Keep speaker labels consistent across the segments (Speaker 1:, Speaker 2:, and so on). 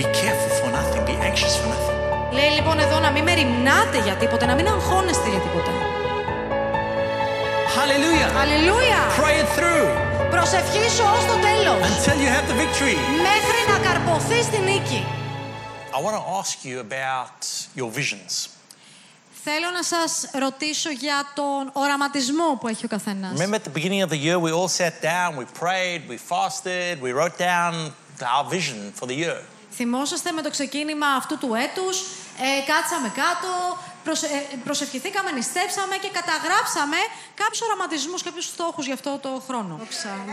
Speaker 1: Be careful for nothing. Be anxious for nothing.
Speaker 2: Λέει λοιπόν εδώ να μην με ρημνάτε για τίποτα, να μην αγχώνεστε για τίποτα.
Speaker 1: Hallelujah.
Speaker 2: Αλληλούια!
Speaker 1: Pray it through
Speaker 2: Προσευχήσου ως το τέλος.
Speaker 1: until you have the victory.
Speaker 2: Μέχρι να καρποθεί στη νίκη.
Speaker 1: I want to ask you about your visions.
Speaker 2: Θέλω να σας ρωτήσω για τον οραματισμό που έχει ο καθένας.
Speaker 1: Remember at the beginning of the year, we all sat down, we prayed, we fasted, we wrote down our vision for the year.
Speaker 2: Θυμόσαστε με το ξεκίνημα αυτού του έτους, ε, κάτσαμε κάτω, προσε, ε, προσευχηθήκαμε, νηστέψαμε και καταγράψαμε κάποιους οραματισμούς, κάποιους στόχους για αυτό το χρόνο.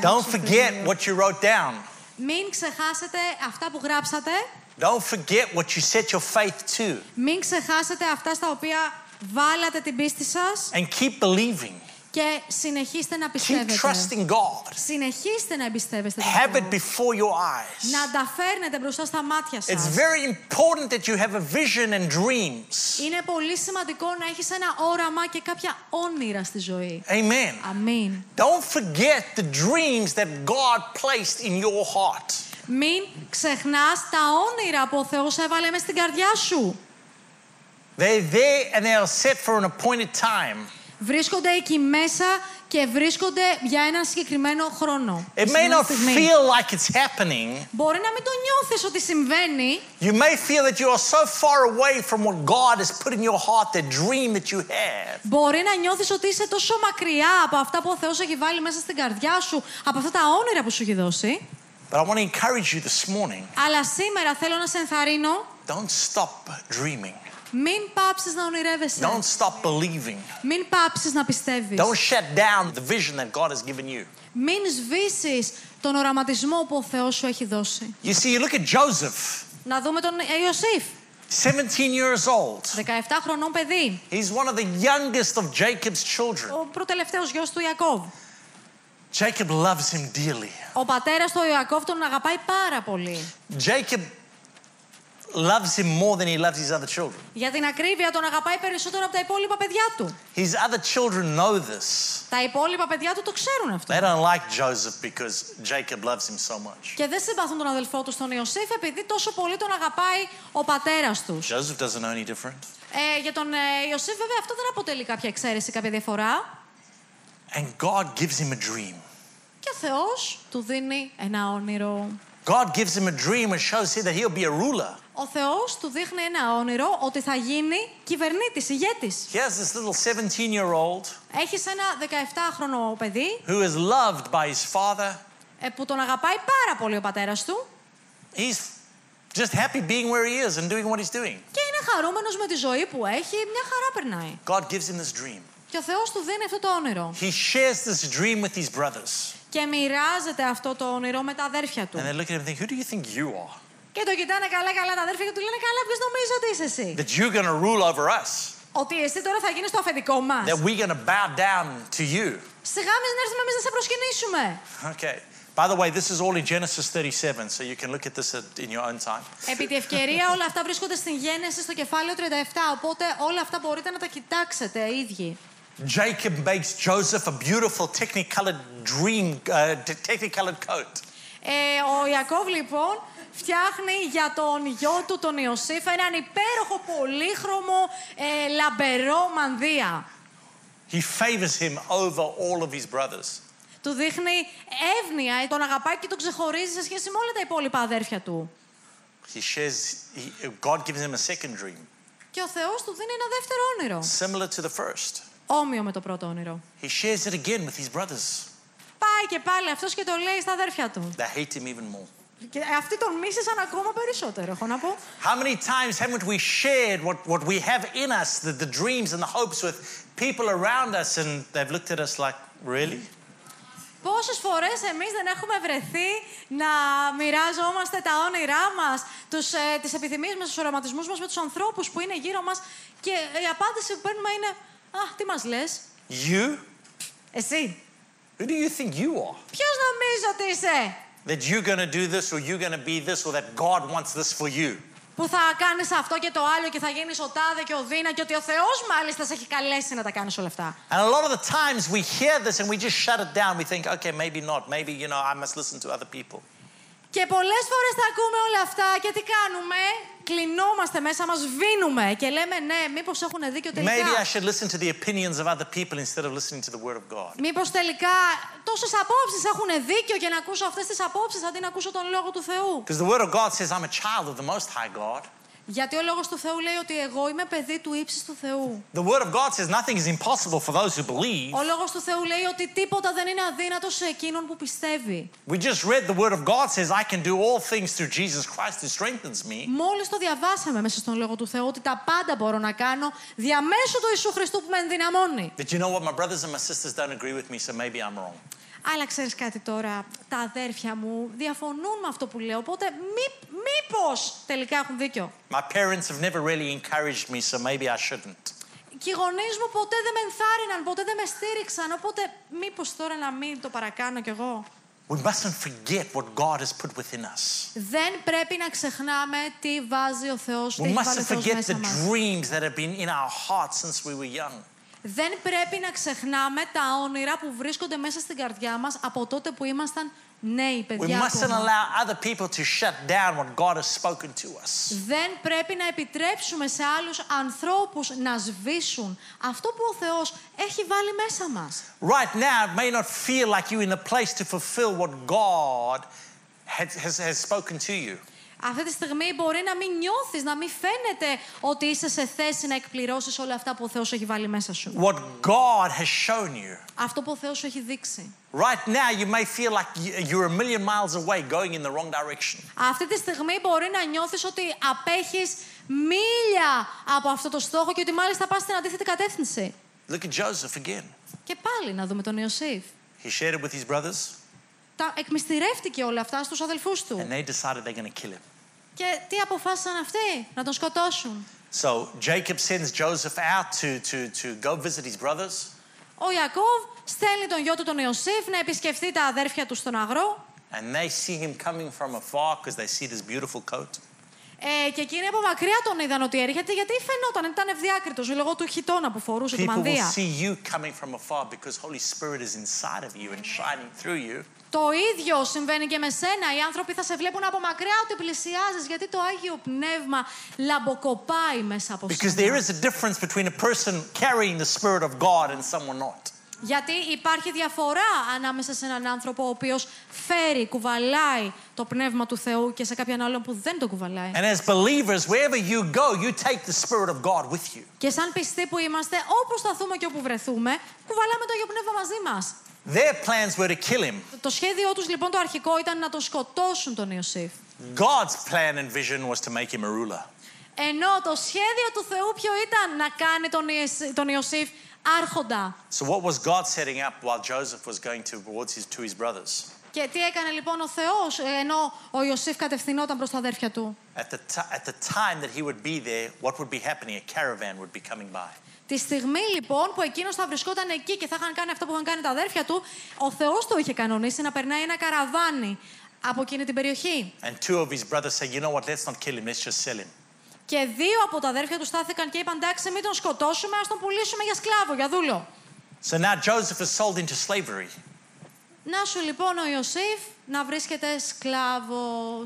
Speaker 1: Don't forget what you wrote down.
Speaker 2: Μην ξεχάσετε αυτά που γράψατε,
Speaker 1: Don't forget what you set your faith to.
Speaker 2: μην ξεχάσετε αυτά στα οποία βάλατε την πίστη σας
Speaker 1: And keep believing.
Speaker 2: και συνεχίστε να
Speaker 1: Keep
Speaker 2: πιστεύετε.
Speaker 1: trusting God.
Speaker 2: Συνεχίστε να εμπιστεύεστε τον
Speaker 1: Have
Speaker 2: Θεό.
Speaker 1: it before your eyes.
Speaker 2: Να τα φέρνετε μπροστά στα μάτια σας.
Speaker 1: It's very important that you have a vision and dreams.
Speaker 2: Είναι πολύ σημαντικό να έχεις ένα όραμα και κάποια όνειρα στη ζωή.
Speaker 1: Amen.
Speaker 2: Αμήν.
Speaker 1: Don't forget the dreams that God placed in your heart.
Speaker 2: Μην ξεχνάς τα όνειρα που ο Θεός έβαλε μες στην καρδιά σου.
Speaker 1: They're there and they are set for an appointed time.
Speaker 2: Βρίσκονται εκεί μέσα και βρίσκονται για έναν συγκεκριμένο χρόνο.
Speaker 1: It may
Speaker 2: Συγκεκριμένη
Speaker 1: not
Speaker 2: στιγμή.
Speaker 1: feel like it's happening.
Speaker 2: Μπορεί να μην το νιώθεις ότι συμβαίνει.
Speaker 1: You may feel that you are so far away from what God has put in your heart, that dream that you have.
Speaker 2: Μπορεί να νιώθεις ότι είσαι τόσο μακριά από αυτά που ο Θεός έχει βάλει μέσα στην καρδιά σου, από αυτά τα όνειρα που σου έχει δώσει.
Speaker 1: But I want to encourage you this morning
Speaker 2: Αλλά σήμερα θέλω να σε ενθαρρύνω,
Speaker 1: don't stop dreaming,
Speaker 2: μην πάψεις να ονειρεύεσαι.
Speaker 1: don't stop believing,
Speaker 2: Μην πάψεις να πιστεύεις.
Speaker 1: don't shut down the vision that God has given you.
Speaker 2: Μην σβήσεις τον οραματισμό που ο Θεός σου έχει δώσει.
Speaker 1: You see, you look at Joseph,
Speaker 2: Να δούμε τον Ιωσήφ.
Speaker 1: 17 years old.
Speaker 2: 17 χρονών παιδί.
Speaker 1: He's one of the youngest of Jacob's children.
Speaker 2: Ο προτελευταίος γιος του Ιακώβ.
Speaker 1: Jacob loves him dearly.
Speaker 2: Ο πατέρας του Ιακώβ τον αγαπάει πάρα πολύ.
Speaker 1: Jacob loves him more than he loves his other children.
Speaker 2: Για την ακρίβεια τον αγαπάει περισσότερο από τα υπόλοιπα παιδιά του.
Speaker 1: His other children know this.
Speaker 2: Τα υπόλοιπα παιδιά του το ξέρουν αυτό.
Speaker 1: They don't like Joseph because Jacob loves him so much.
Speaker 2: Και δεν συμπαθούν τον αδελφό του τον Ιωσήφ επειδή τόσο πολύ τον αγαπάει ο πατέρας τους.
Speaker 1: Joseph doesn't know any different.
Speaker 2: Ε, για τον ε, Ιωσήφ βέβαια αυτό δεν αποτελεί κάποια εξαίρεση, κάποια διαφορά.
Speaker 1: And God gives him a dream.
Speaker 2: Και ο Θεός του δίνει ένα όνειρο.
Speaker 1: God gives him a dream and shows him that he'll be a ruler.
Speaker 2: Ο Θεός του δείχνει ένα όνειρο ότι θα γίνει κυβερνήτης, ηγέτης.
Speaker 1: Here's this little 17 year old
Speaker 2: Έχεις ένα 17χρονο παιδί
Speaker 1: who is loved by his father.
Speaker 2: ε, που τον αγαπάει πάρα πολύ ο πατέρας του
Speaker 1: He's just happy being where he is and doing what he's doing.
Speaker 2: και είναι χαρούμενος με τη ζωή που έχει, μια χαρά περνάει.
Speaker 1: God gives him this dream.
Speaker 2: Και ο Θεός του δίνει αυτό το όνειρο
Speaker 1: He shares this dream with his brothers.
Speaker 2: και μοιράζεται αυτό το όνειρο με τα αδέρφια του.
Speaker 1: And they look at him and think, Who do you think you are?
Speaker 2: Και το κοιτάνε καλά καλά τα αδέρφια και του λένε καλά ποιος νομίζεις ότι είσαι εσύ.
Speaker 1: That you're going to rule over us,
Speaker 2: Ότι εσύ τώρα θα γίνεις το αφεντικό μας.
Speaker 1: that we're going to bow down to you.
Speaker 2: Σιγά μην να έρθουμε εμείς να σε προσκυνήσουμε.
Speaker 1: Okay. By the way, this is all in Genesis 37, so you can look at this at- in your own time.
Speaker 2: Επί τη ευκαιρία όλα αυτά βρίσκονται στην γένεσης στο κεφάλαιο 37, οπότε όλα αυτά μπορείτε να τα κοιτάξετε ίδιοι.
Speaker 1: Jacob makes Joseph a beautiful technicolored dream, uh, t- technicolored coat.
Speaker 2: Ε, ο Ιακώβ λοιπόν φτιάχνει για τον γιο του τον Ιωσήφ έναν υπέροχο πολύχρωμο ε, λαμπερό μανδύα.
Speaker 1: He favors him over all of his brothers.
Speaker 2: Του δείχνει εύνοια, ε, τον αγαπάει και τον ξεχωρίζει σε σχέση με όλα τα υπόλοιπα αδέρφια του.
Speaker 1: He shares, he, God gives him a second dream,
Speaker 2: Και ο Θεός του δίνει ένα δεύτερο όνειρο.
Speaker 1: similar to the first.
Speaker 2: Όμοιο με το πρώτο όνειρο.
Speaker 1: He shares it again with his brothers.
Speaker 2: Πάει και πάλι αυτός και το λέει στα αδέρφια του.
Speaker 1: They hate him even more.
Speaker 2: Και αυτοί τον μίσησαν ακόμα περισσότερο, έχω να πω.
Speaker 1: How many times haven't we shared what, what we have in us, the, the dreams and the hopes with people around us, and they've looked at us like, really?
Speaker 2: Πόσες φορές εμείς δεν έχουμε βρεθεί να μοιράζομαστε τα όνειρά μας, ε, τις επιθυμίες μας, τους οραματισμούς μας με τους ανθρώπους που είναι γύρω μας και η απάντηση που παίρνουμε είναι Α, τι μας λες,
Speaker 1: You?
Speaker 2: Εσύ.
Speaker 1: Who do you think you are?
Speaker 2: Ποιος νομίζεις ότι είσαι
Speaker 1: That you're going to do this or you're going to be this or that God wants this for you.
Speaker 2: που θα κάνεις αυτό και το άλλο και θα γίνει ο τάδε και ο δίνα και ότι ο Θεός μάλιστα σε έχει καλέσει να τα κάνεις όλα αυτά.
Speaker 1: And a lot of the times we hear this and we just shut it down. We think, okay, maybe not. Maybe, you know, I must listen to other people.
Speaker 2: Και Και πολλές φορές τα ακούμε όλα αυτά και τι κάνουμε. Κλεινόμαστε μέσα μας, βίνουμε και λέμε ναι, μήπως έχουν δίκιο τελικά.
Speaker 1: Maybe I should listen to the opinions of other people instead of listening to the Word of God.
Speaker 2: Μήπως τελικά τόσες απόψεις έχουν δίκιο και να ακούσω αυτές τις απόψεις αντί να ακούσω τον λόγο του Θεού.
Speaker 1: Because the Word of God says, I'm a child of the Most High God.
Speaker 2: Γιατί ο λόγος του Θεού λέει ότι εγώ είμαι παιδί του ύψης του Θεού.
Speaker 1: The Word of God says, nothing is impossible for those who believe.
Speaker 2: Ο λόγος του Θεού λέει ότι τίποτα δεν είναι αδύνατο σε εκείνον που πιστεύει.
Speaker 1: We just read the Word of God says, I can do all things through Jesus Christ who strengthens me.
Speaker 2: Μόλις το διαβάσαμε μέσα στον λόγο του Θεού ότι τα πάντα μπορώ να κάνω διαμέσου του Ιησού Χριστού που με ενδυναμώνει.
Speaker 1: But you know what? My brothers and my sisters don't agree with me, so maybe I'm wrong.
Speaker 2: Αλλά ξέρεις κάτι τώρα, τα αδέρφια μου διαφωνούν με αυτό που λέω. Οπότε, μη, μήπως τελικά έχουν δίκιο.
Speaker 1: My parents have never really encouraged me, so maybe I shouldn't.
Speaker 2: Και οι γονείς μου ποτέ δεν με ενθάρρυναν, ποτέ δεν με στήριξαν. Οπότε, μήπως τώρα να μην το παρακάνω κι εγώ.
Speaker 1: We mustn't forget what God has put within us.
Speaker 2: Δεν πρέπει να ξεχνάμε τι βάζει ο Θεός τι
Speaker 1: We
Speaker 2: έχει βάλει ο
Speaker 1: mustn't
Speaker 2: Θεός
Speaker 1: forget
Speaker 2: μέσα
Speaker 1: the
Speaker 2: μας.
Speaker 1: dreams that have been in our hearts since we were young.
Speaker 2: Δεν πρέπει να ξεχνάμε τα όνειρα που βρίσκονται μέσα στην καρδιά μας από τότε που ήμασταν νέοι
Speaker 1: We
Speaker 2: παιδιά.
Speaker 1: mustn't
Speaker 2: ακόμα.
Speaker 1: allow other people to shut down what God has spoken to us.
Speaker 2: Δεν πρέπει να επιτρέψουμε σε άλλους ανθρώπους να σβήσουν αυτό που ο Θεός έχει βάλει μέσα μας.
Speaker 1: Right now, it may not feel like you're in a place to fulfill what God has, has, has spoken to you.
Speaker 2: Αυτή τη στιγμή μπορεί να μην νιώθεις, να μην φαίνεται ότι είσαι σε θέση να εκπληρώσεις όλα αυτά που ο Θεός έχει βάλει μέσα σου.
Speaker 1: What God has shown you.
Speaker 2: Αυτό που ο Θεός σου έχει δείξει.
Speaker 1: Right now, you may feel like y- you're a million miles away going in the wrong direction.
Speaker 2: Αυτή τη στιγμή μπορεί να νιώθεις ότι απέχεις μίλια από αυτό το στόχο και ότι μάλιστα πας στην αντίθετη κατεύθυνση.
Speaker 1: Look at Joseph again.
Speaker 2: Και πάλι να δούμε τον Ιωσήφ.
Speaker 1: He shared it with his brothers,
Speaker 2: Τα εκμυστηρεύτηκε όλα αυτά στους αδελφούς του.
Speaker 1: and they decided they're going to kill him.
Speaker 2: Και τι αποφάσισαν αυτοί, να τον σκοτώσουν.
Speaker 1: So Jacob sends Joseph out to, to, to go visit his brothers,
Speaker 2: Ο Ιακώβ στέλνει τον γιο του τον Ιωσήφ να επισκεφθεί τα αδέρφια του στον αγρό.
Speaker 1: and they see him coming from afar because they see this beautiful coat.
Speaker 2: Ε, και εκείνοι από μακριά τον είδαν ότι έρχεται, γιατί φαινόταν, ήταν ευδιάκριτος λόγω του χιτώνα που φορούσε, του
Speaker 1: People will
Speaker 2: μανδύα.
Speaker 1: see you coming from afar because Holy Spirit is inside of you and shining through you.
Speaker 2: Το ίδιο συμβαίνει και με σένα. Οι άνθρωποι θα σε βλέπουν από μακριά ότι πλησιάζεις, γιατί το άγιο πνεύμα λαμποκοπάει μέσα από
Speaker 1: Because
Speaker 2: σένα.
Speaker 1: there is a difference between a person carrying the Spirit of God and someone not.
Speaker 2: Γιατί υπάρχει διαφορά ανάμεσα σε έναν άνθρωπο ο οποίος φέρει, κουβαλάει το πνεύμα του Θεού και σε κάποιον άλλον που δεν το κουβαλάει.
Speaker 1: And as believers, wherever you go, you take the Spirit of God with you.
Speaker 2: Και σαν πιστοί που είμαστε, όπου σταθούμε και όπου βρεθούμε, κουβαλάμε το άγιο πνεύμα μαζί μας.
Speaker 1: Their plans were to kill him.
Speaker 2: Το σχέδιό τους λοιπόν το αρχικό ήταν να τον σκοτώσουν τον Ιωσήφ.
Speaker 1: God's plan and vision was to make him a ruler.
Speaker 2: Ενώ το σχέδιο του Θεού ποιο ήταν να κάνει τον, Ιεσ- τον Ιωσήφ άρχοντα.
Speaker 1: So, what was God setting up while Joseph was going towards his, to his brothers?
Speaker 2: Και τι έκανε λοιπόν ο Θεός ενώ ο Ιωσήφ κατευθυνόταν προς τα αδέρφια του.
Speaker 1: At the, ti at the time that he would be there, what would be happening? A caravan would be coming by.
Speaker 2: Τη στιγμή λοιπόν που εκείνος θα βρισκόταν εκεί και θα είχαν κάνει αυτό που είχαν κάνει τα αδέρφια του, ο Θεός το είχε κανονίσει να περνάει ένα καραβάνι από εκείνη την περιοχή.
Speaker 1: And two of his brothers say, You know what? Let's not kill him. Let's just sell him.
Speaker 2: Και δύο από τα αδέρφια τους στάθηκαν και είπαν: Εντάξει, μην τον σκοτώσουμε, ας τον πουλήσουμε για σκλάβο, για δούλο.
Speaker 1: So now Joseph is sold into slavery.
Speaker 2: Να σου λοιπόν ο Ιωσήφ να βρίσκεται σκλάβος.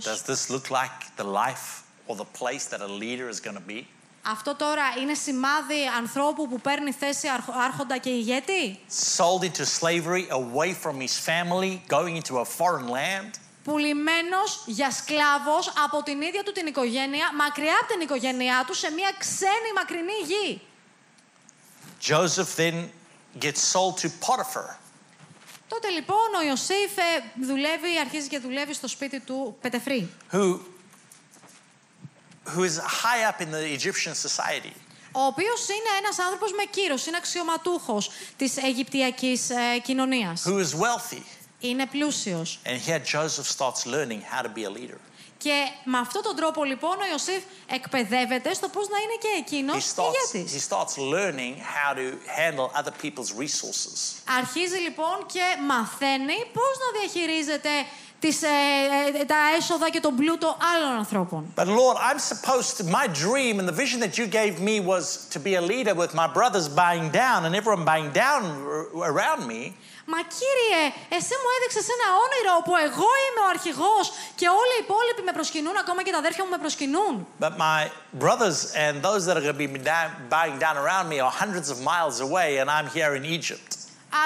Speaker 1: Does this look like the life or the place that a leader is going to be?
Speaker 2: Αυτό τώρα είναι σημάδι ανθρώπου που παίρνει θέση αρχ- άρχοντα και ηγέτη.
Speaker 1: Sold into slavery, away from his family, going into a foreign land.
Speaker 2: Πουλημένος για σκλάβος από την ίδια του την οικογένεια, μακριά από την οικογένειά του, σε μια ξένη μακρινή γη.
Speaker 1: Joseph then gets sold to Potiphar.
Speaker 2: Τότε λοιπόν ο Ιωσήφ ε, δουλεύει, αρχίζει και δουλεύει στο σπίτι του Πετεφρή,
Speaker 1: who who is high up in the Egyptian society.
Speaker 2: ο οποίος είναι ένας άνθρωπος με κύρος, είναι αξιωματούχος της Αιγυπτιακής ε, κοινωνίας.
Speaker 1: Who is wealthy,
Speaker 2: Είναι πλούσιος.
Speaker 1: and here Joseph starts learning how to be a leader.
Speaker 2: Και με αυτόν τον τρόπο λοιπόν ο Ιωσήφ εκπαιδεύεται στο πώς να είναι και εκείνος
Speaker 1: He starts he
Speaker 2: ηγέτης.
Speaker 1: starts learning how to handle other people's resources.
Speaker 2: Αρχίζει λοιπόν και μαθαίνει πώς να διαχειρίζεται τις, ε, ε, τα έσοδα και τον πλούτο άλλων ανθρώπων.
Speaker 1: But Lord, I'm supposed to my dream and the vision that you gave me was to be a leader with my brothers bowing down and everyone bowing down r- around me.
Speaker 2: Μα κύριε, εσύ μου έδειξες ένα όνειρο όπου εγώ είμαι ο αρχηγός και όλοι οι υπόλοιποι με προσκυνούν, ακόμα και τα αδέρφια μου με προσκυνούν.
Speaker 1: But my brothers and those that are going to be down, bowing down around me are hundreds of miles away, and I'm here in Egypt.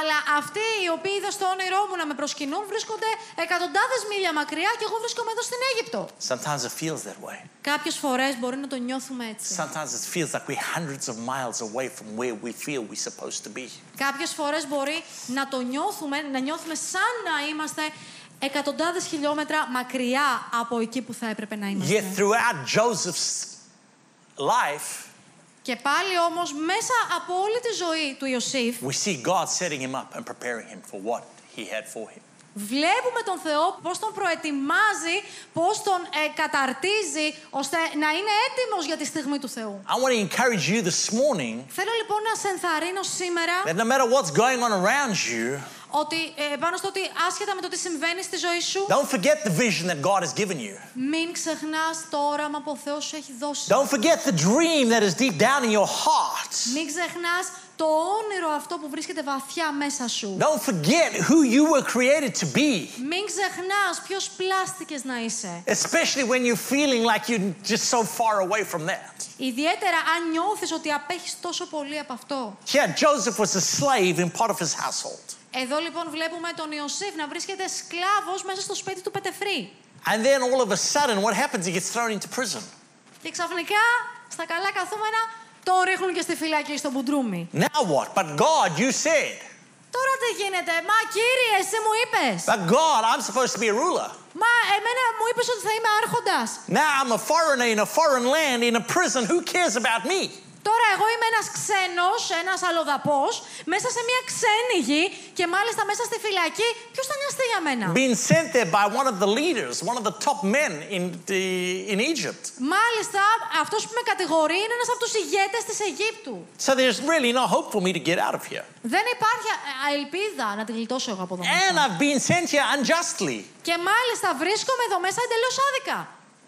Speaker 2: Αλλά αυτοί οι οποίοι είδα στο όνειρό μου να με προσκυνούν βρίσκονται εκατοντάδες μίλια μακριά και εγώ βρίσκομαι εδώ στην Αίγυπτο.
Speaker 1: Sometimes it feels that way.
Speaker 2: Κάποιες φορές μπορεί να το νιώθουμε έτσι.
Speaker 1: Sometimes it feels like we're hundreds of miles away from where we feel we're supposed to be.
Speaker 2: Κάποιες φορές μπορεί να το νιώθουμε, να νιώθουμε σαν να είμαστε εκατοντάδες χιλιόμετρα μακριά από εκεί που θα έπρεπε να είμαστε.
Speaker 1: Yet throughout Joseph's life,
Speaker 2: Και πάλι όμως μέσα από όλη τη ζωή του Ιωσήφ
Speaker 1: we see God setting him up and preparing him for what he had for him.
Speaker 2: βλέπουμε τον Θεό πώς τον προετοιμάζει, πώς τον ε, καταρτίζει ώστε να είναι έτοιμος για τη στιγμή του Θεού.
Speaker 1: I want to encourage you this morning
Speaker 2: Θέλω λοιπόν να σε ενθαρρύνω σήμερα
Speaker 1: that no matter what's going on around you,
Speaker 2: ότι ε, πάνω στο ότι άσχετα με το τι συμβαίνει στη ζωή σου,
Speaker 1: don't forget the vision that God has given you.
Speaker 2: μην ξεχνάς το όραμα που ο Θεός σου έχει δώσει.
Speaker 1: Don't forget the dream that is deep down in your heart.
Speaker 2: Μην ξεχνάς το όνειρο αυτό που βρίσκεται βαθιά μέσα σου.
Speaker 1: Don't forget who you were created to be,
Speaker 2: Μην ξεχνάς ποιος πλάστηκες να είσαι.
Speaker 1: especially when you're feeling like you're just so far away from that.
Speaker 2: Ιδιαίτερα αν νιώθεις ότι απέχεις τόσο πολύ από αυτό.
Speaker 1: Yeah, Joseph was a slave in Potiphar's household.
Speaker 2: Εδώ λοιπόν βλέπουμε τον Ιωσήφ να βρίσκεται σκλάβος μέσα στο σπίτι του Πετεφρή.
Speaker 1: And then all of a sudden, what happens? He gets thrown into prison.
Speaker 2: Και ξαφνικά, στα καλά καθούμενα, τον ρίχνουν και στη φυλακή, στο μπουντρούμι.
Speaker 1: Now what? But God, you said.
Speaker 2: Τώρα τι γίνεται, μα κύριε, εσύ μου είπες.
Speaker 1: But God, I'm supposed to be a ruler.
Speaker 2: Μα εμένα μου είπες ότι θα είμαι άρχοντας.
Speaker 1: Now I'm a foreigner in a foreign land in a prison. Who cares about me?
Speaker 2: Τώρα εγώ είμαι ένας ξένος, ένας αλλοδαπός, μέσα σε μια ξένη γη και μάλιστα μέσα στη φυλακή. Ποιος θα νοιαστεί για μένα.
Speaker 1: Being sent there by one of the leaders, one of the top men in, the, in Egypt.
Speaker 2: Μάλιστα, αυτός που με κατηγορεί είναι ένας από τους ηγέτες της Αιγύπτου.
Speaker 1: So there's really no hope for me to get out of here.
Speaker 2: Δεν υπάρχει α- α- ελπίδα να τη γλιτώσω εγώ από εδώ. μέσα.
Speaker 1: And I've been sent here unjustly.
Speaker 2: Και μάλιστα βρίσκομαι εδώ μέσα εντελώς άδικα.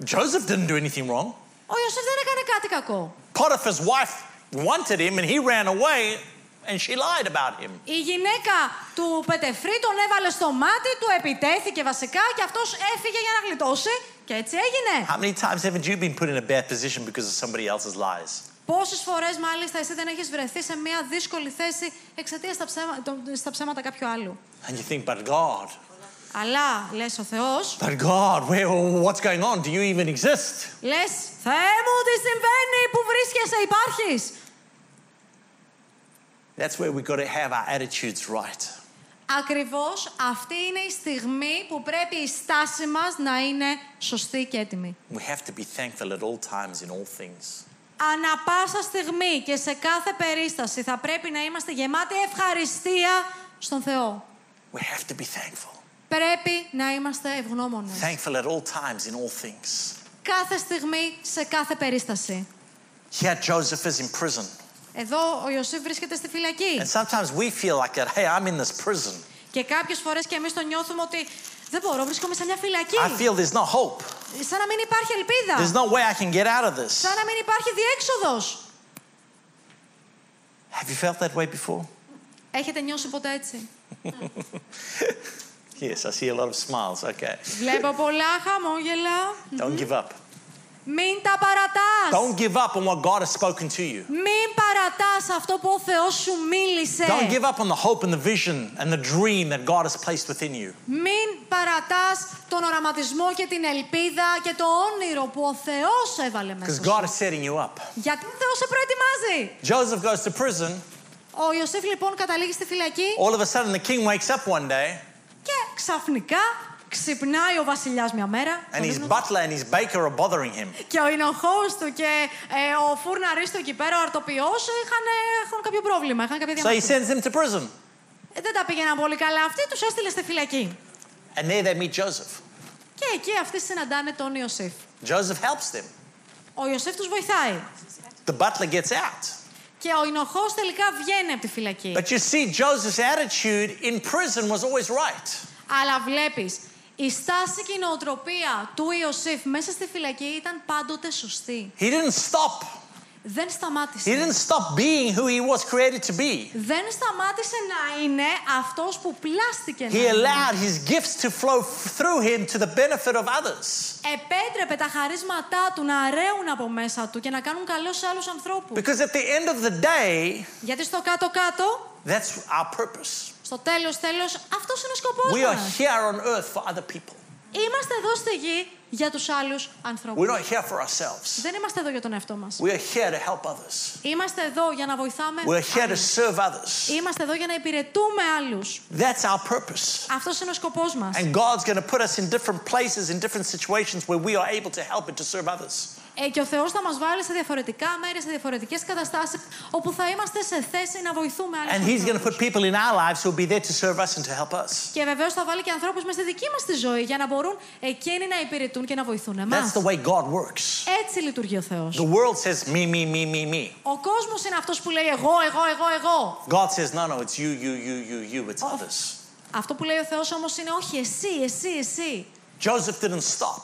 Speaker 1: Joseph didn't do anything wrong.
Speaker 2: Ο Ιωσήφ δεν έκανε κάτι κακό.
Speaker 1: Potiphar's wife wanted him and he ran away and she lied about him.
Speaker 2: Η γυναίκα του Πετεφρή τον έβαλε στο μάτι, του επιτέθηκε βασικά και αυτός έφυγε για να γλιτώσει και έτσι έγινε.
Speaker 1: How many times haven't you been put in a bad position because of somebody else's lies?
Speaker 2: Πόσες φορές, μάλιστα, εσύ δεν έχεις βρεθεί σε μια δύσκολη θέση εξαιτίας στα, ψέμα, των- στα ψέματα κάποιου άλλου.
Speaker 1: And you think, but God,
Speaker 2: Αλλά λες ο Θεός,
Speaker 1: but God, where, what's going on? Do you even exist?
Speaker 2: λες, Θεέ μου, τι συμβαίνει, που βρίσκεσαι, υπάρχεις.
Speaker 1: That's where we've got to have our attitudes right.
Speaker 2: Ακριβώς αυτή είναι η στιγμή που πρέπει η στάση μας να είναι σωστή και έτοιμη.
Speaker 1: We have to be thankful at all times in all things.
Speaker 2: Ανα πάσα στιγμή και σε κάθε περίσταση θα πρέπει να είμαστε γεμάτοι ευχαριστία στον Θεό.
Speaker 1: We have to be thankful.
Speaker 2: Πρέπει να είμαστε ευγνώμονες.
Speaker 1: Thankful at all times in all things.
Speaker 2: Κάθε στιγμή, σε κάθε περίσταση.
Speaker 1: Here, Joseph is in prison.
Speaker 2: Εδώ ο Ιωσήφ βρίσκεται στη φυλακή.
Speaker 1: And sometimes we feel like that. Hey, I'm in this prison.
Speaker 2: Και κάποιες φορές και εμείς το νιώθουμε ότι δεν μπορώ, βρίσκομαι σε μια φυλακή.
Speaker 1: I feel there's no hope.
Speaker 2: Σαν να μην υπάρχει
Speaker 1: There's
Speaker 2: ελπίδα.
Speaker 1: no way I can get out of this.
Speaker 2: Σαν να μην υπάρχει διέξοδος.
Speaker 1: Have you felt that way before?
Speaker 2: Έχετε νιώσει ποτέ έτσι.
Speaker 1: Yes, I see a lot of smiles. Okay.
Speaker 2: Βλέπω πολλά χαμόγελα.
Speaker 1: Don't give up.
Speaker 2: Μην τα παρατάς.
Speaker 1: Don't give up on what God has spoken to you.
Speaker 2: Μην παρατάς αυτό που ο Θεός σου μίλησε.
Speaker 1: Don't give up on the hope and the vision and the dream that God has placed within you.
Speaker 2: Μην παρατάς τον οραματισμό και την ελπίδα και το όνειρο που ο Θεός έβαλε μέσα.
Speaker 1: Because
Speaker 2: σου.
Speaker 1: God is setting you up.
Speaker 2: Γιατί ο Θεός σε προετοιμάζει.
Speaker 1: Joseph goes to prison.
Speaker 2: Ο Ιωσήφ λοιπόν καταλήγει στη φυλακή.
Speaker 1: All of a sudden, the king wakes up one day
Speaker 2: Και ξαφνικά ξυπνάει ο βασιλιάς μια μέρα.
Speaker 1: and
Speaker 2: τον
Speaker 1: his
Speaker 2: ύπνο
Speaker 1: butler and his baker are bothering him.
Speaker 2: του, Και ο ενοχό του και ε, ο φούρναρή του εκεί πέρα, ο αρτοποιός, είχαν, ε, έχουν κάποιο πρόβλημα. Είχαν κάποια
Speaker 1: So he
Speaker 2: διαμάχη.
Speaker 1: sends them to prison.
Speaker 2: Ε, δεν τα πήγαιναν πολύ καλά. Αυτή τους έστειλε στη φυλακή.
Speaker 1: And there they meet Joseph.
Speaker 2: Και εκεί αυτοί συναντάνε τον Ιωσήφ.
Speaker 1: Joseph helps them.
Speaker 2: Ο Ιωσήφ τους βοηθάει.
Speaker 1: The butler gets out.
Speaker 2: Και ο ενοχό τελικά βγαίνει από τη φυλακή.
Speaker 1: But you see, Joseph's attitude in prison was always right.
Speaker 2: Αλλά βλέπεις, η στάση και η νοοτροπία του Ιωσήφ μέσα στη φυλακή ήταν πάντοτε σωστή.
Speaker 1: He didn't stop.
Speaker 2: δεν σταμάτησε.
Speaker 1: He didn't stop being who he was created to be.
Speaker 2: Δεν σταμάτησε να είναι αυτός που πλάστηκε να
Speaker 1: He
Speaker 2: είναι.
Speaker 1: allowed his gifts to flow f- through him to the benefit of others.
Speaker 2: Επέτρεπε τα χαρίσματά του να αρέουν από μέσα του και να κάνουν καλό σε άλλους ανθρώπους.
Speaker 1: Because at the end of the day,
Speaker 2: Γιατί στο κάτω-κάτω,
Speaker 1: that's our purpose.
Speaker 2: στο τέλος τέλος, αυτός είναι ο σκοπός
Speaker 1: We are
Speaker 2: μας.
Speaker 1: here on earth for other people.
Speaker 2: Είμαστε εδώ στη γη για τους άλλους ανθρώπους.
Speaker 1: We're not here for ourselves.
Speaker 2: Δεν είμαστε εδώ για τον εαυτό μας.
Speaker 1: We are here to help others.
Speaker 2: Είμαστε εδώ για να βοηθάμε
Speaker 1: We're here to
Speaker 2: άλλους.
Speaker 1: serve others.
Speaker 2: Είμαστε εδώ για να υπηρετούμε άλλους.
Speaker 1: That's our purpose.
Speaker 2: Αυτός είναι ο σκοπός μας.
Speaker 1: And God's going to put us in different places, in different situations where we are able to help and to serve others.
Speaker 2: Ε, και ο Θεός θα μας βάλει σε διαφορετικά μέρη, σε διαφορετικές καταστάσεις, όπου θα είμαστε σε θέση να βοηθούμε άλλους.
Speaker 1: And He's going to
Speaker 2: ανθρώπους.
Speaker 1: put people in our lives who will be there to serve us and to help us.
Speaker 2: Και βεβαίως θα βάλει και ανθρώπους μέσα στη δική μας τη ζωή, για να μπορούν εκείνοι να υπηρετούν και να βοηθούν
Speaker 1: That's
Speaker 2: εμάς.
Speaker 1: the way God works.
Speaker 2: Έτσι λειτουργεί ο Θεός.
Speaker 1: The world says, me, me, me, me, me.
Speaker 2: Ο κόσμος είναι αυτός που λέει εγώ, εγώ, εγώ, εγώ.
Speaker 1: God says, no, no, it's you, you, you, you, you, it's others.
Speaker 2: Αυτό που λέει ο Θεός όμως είναι όχι εσύ, εσύ, εσύ.
Speaker 1: Joseph didn't stop.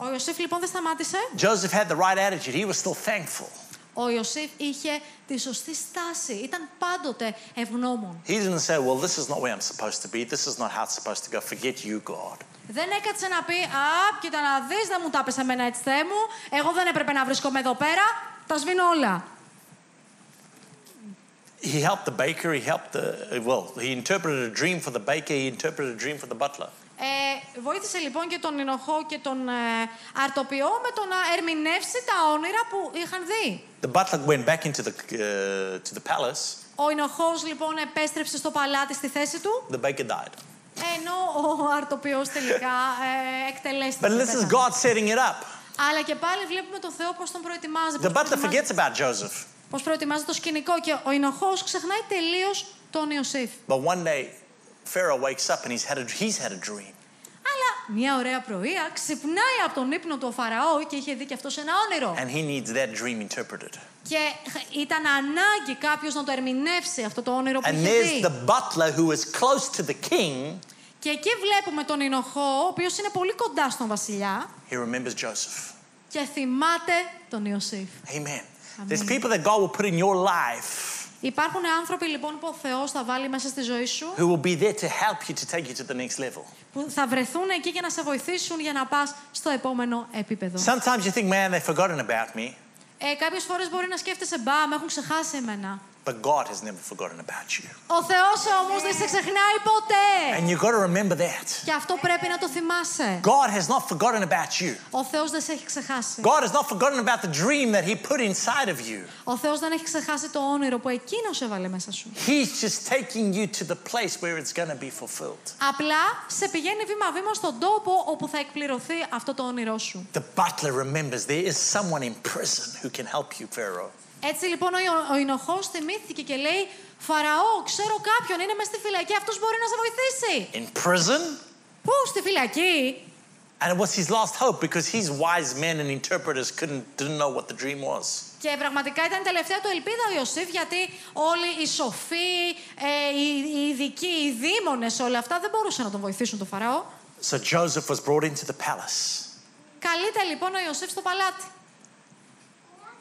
Speaker 2: Ο Ιωσήφ λοιπόν δεν σταμάτησε.
Speaker 1: Joseph had the right attitude. He was still thankful.
Speaker 2: Ο Ιωσήφ είχε τη σωστή στάση. Ήταν πάντοτε ευγνώμων.
Speaker 1: He didn't say, well, this is not where I'm supposed to be. This is not how it's supposed to go. Forget you, God.
Speaker 2: Δεν έκατσε να πει «Α, κοίτα να δεις, δεν μου τα έπεσε εμένα έτσι, Θεέ μου. Εγώ δεν έπρεπε να βρίσκομαι εδώ πέρα. Τα σβήνω όλα».
Speaker 1: He helped the baker. He helped the, well, he interpreted a dream for the baker. He interpreted a dream for the butler.
Speaker 2: Ε, βοήθησε λοιπόν και τον Ινοχό και τον ε, Αρτοπιό με το να ερμηνεύσει τα όνειρα που είχαν δει.
Speaker 1: The butler went back into the, uh, to the palace.
Speaker 2: Ο Ινοχός λοιπόν επέστρεψε στο παλάτι στη θέση του,
Speaker 1: The baker died.
Speaker 2: ενώ ο Αρτοπιός τελικά ε, εκτελέστηκε.
Speaker 1: But this is
Speaker 2: πέθανε.
Speaker 1: God setting it up.
Speaker 2: Αλλά και πάλι βλέπουμε τον Θεό πώς τον προετοιμάζει.
Speaker 1: The
Speaker 2: πώς
Speaker 1: butler
Speaker 2: προετοιμάζει
Speaker 1: forgets about Joseph.
Speaker 2: Πώς προετοιμάζει το σκηνικό και ο Ινοχός ξεχνάει τελείως τον Ιωσήφ.
Speaker 1: But one day, Pharaoh wakes up and he's had a, he's had a dream.
Speaker 2: Αλλά μια ωραία πρωία ξυπνάει από τον ύπνο του ο Φαραώ και είχε δει και αυτός ένα όνειρο.
Speaker 1: And he needs that dream interpreted.
Speaker 2: Και χ- ήταν ανάγκη κάποιος να το ερμηνεύσει αυτό το όνειρο που
Speaker 1: And
Speaker 2: είχε
Speaker 1: there's
Speaker 2: δει.
Speaker 1: the butler who is close to the king.
Speaker 2: Και εκεί βλέπουμε τον Ινοχό, ο οποίος είναι πολύ κοντά στον βασιλιά
Speaker 1: He remembers Joseph.
Speaker 2: και θυμάται τον Ιωσήφ.
Speaker 1: Amen. There's
Speaker 2: Amen.
Speaker 1: people that God will put in your life
Speaker 2: Υπάρχουν άνθρωποι λοιπόν που ο Θεός θα βάλει μέσα στη ζωή σου,
Speaker 1: who will be there to help you to take you to the next level.
Speaker 2: που θα βρεθούν εκεί για να σε βοηθήσουν για να πας στο επόμενο επίπεδο.
Speaker 1: Sometimes you think, man, they've forgotten about me,
Speaker 2: Ε, Κάποιες φορές μπορεί να σκέφτεσαι, μπα, με έχουν ξεχάσει εμένα.
Speaker 1: but God has never forgotten about you.
Speaker 2: Ο Θεός όμως δεν σε ξεχνάει ποτέ.
Speaker 1: And you've got to remember that.
Speaker 2: Και αυτό πρέπει να το θυμάσαι.
Speaker 1: God has not forgotten about you.
Speaker 2: Ο Θεός δεν σε έχει ξεχάσει.
Speaker 1: God has not forgotten about the dream that He put inside of you.
Speaker 2: Ο Θεός δεν έχει ξεχάσει το όνειρο που εκείνος έβαλε μέσα σου.
Speaker 1: He's just taking you to the place where it's going to be fulfilled.
Speaker 2: Απλά σε πηγαίνει βήμα-βήμα στον τόπο όπου θα εκπληρωθεί αυτό το όνειρό σου.
Speaker 1: The butler remembers there is someone in prison who can help you, Pharaoh.
Speaker 2: Έτσι λοιπόν ο, Ιω- ο Ινοχός θυμήθηκε και λέει «Φαραώ, ξέρω κάποιον, είναι μέσα στη φυλακή, αυτός μπορεί να σε βοηθήσει».
Speaker 1: In prison?
Speaker 2: Πού, στη φυλακή?
Speaker 1: And it was his last hope because his wise men and interpreters couldn't didn't know what the dream was.
Speaker 2: Και πραγματικά ήταν η τελευταία του ελπίδα ο Ιωσήφ, γιατί όλοι οι σοφοί, ε, οι, οι ειδικοί, οι δίμονες, όλα αυτά δεν μπορούσαν να τον βοηθήσουν τον Φαραώ.
Speaker 1: So Joseph was brought into the palace
Speaker 2: Καλείται λοιπόν ο Ιωσήφ στο παλάτι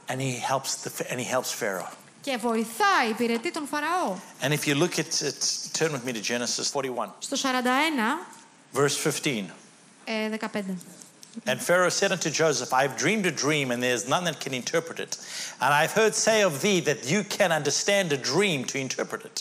Speaker 1: and he helps the and he helps Pharaoh.
Speaker 2: και βοηθάει, υπηρετεί τον Φαραώ.
Speaker 1: And if you look at it, turn with me to Genesis 41,
Speaker 2: Στο 41,
Speaker 1: verse 15.
Speaker 2: ε, 15.
Speaker 1: And Pharaoh said unto Joseph, I have dreamed a dream, and there is none that can interpret it. And I have heard say of thee that you can understand a dream to interpret it.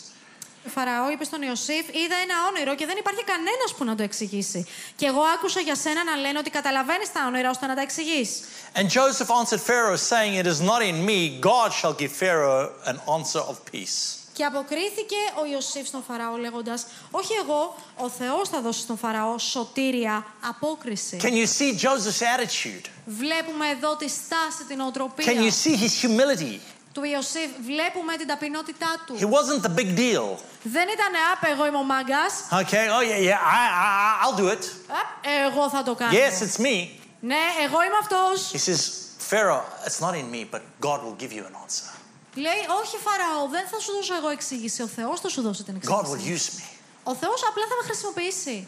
Speaker 2: Ο Φαραώ είπε στον Ιωσήφ: Είδα ένα όνειρο και δεν υπάρχει κανένας που να το εξηγήσει. Και εγώ άκουσα για σένα να λένε ότι καταλαβαίνεις τα όνειρα ώστε να τα εξηγείς.
Speaker 1: And Joseph answered Pharaoh, saying, It is not in me. God shall give Pharaoh an answer of peace.
Speaker 2: Και αποκρίθηκε ο Ιωσήφ στον Φαραώ λέγοντας: Όχι εγώ, ο Θεός θα δώσει στον Φαραώ σωτήρια απόκριση.
Speaker 1: Can you see Joseph's attitude?
Speaker 2: Βλέπουμε εδώ τη στάση, την οτροπία
Speaker 1: Can you see his humility?
Speaker 2: του Ιωσήφ. Βλέπουμε την ταπεινότητά του.
Speaker 1: He wasn't the big deal.
Speaker 2: Δεν ήταν «Απ, εγώ είμαι ο μάγκας.
Speaker 1: Okay, oh yeah, yeah, I, I, I'll do it.
Speaker 2: Εγώ θα το κάνω.
Speaker 1: Yes, it's me.
Speaker 2: Ναι, εγώ είμαι αυτός.
Speaker 1: He says, Pharaoh, it's not in me, but God will give you an answer.
Speaker 2: Λέει, όχι Φαραώ, δεν θα σου δώσω εγώ εξήγηση. Ο Θεός θα σου δώσει την
Speaker 1: God will
Speaker 2: εξήγηση.
Speaker 1: use me.
Speaker 2: Ο Θεός απλά θα με χρησιμοποιήσει.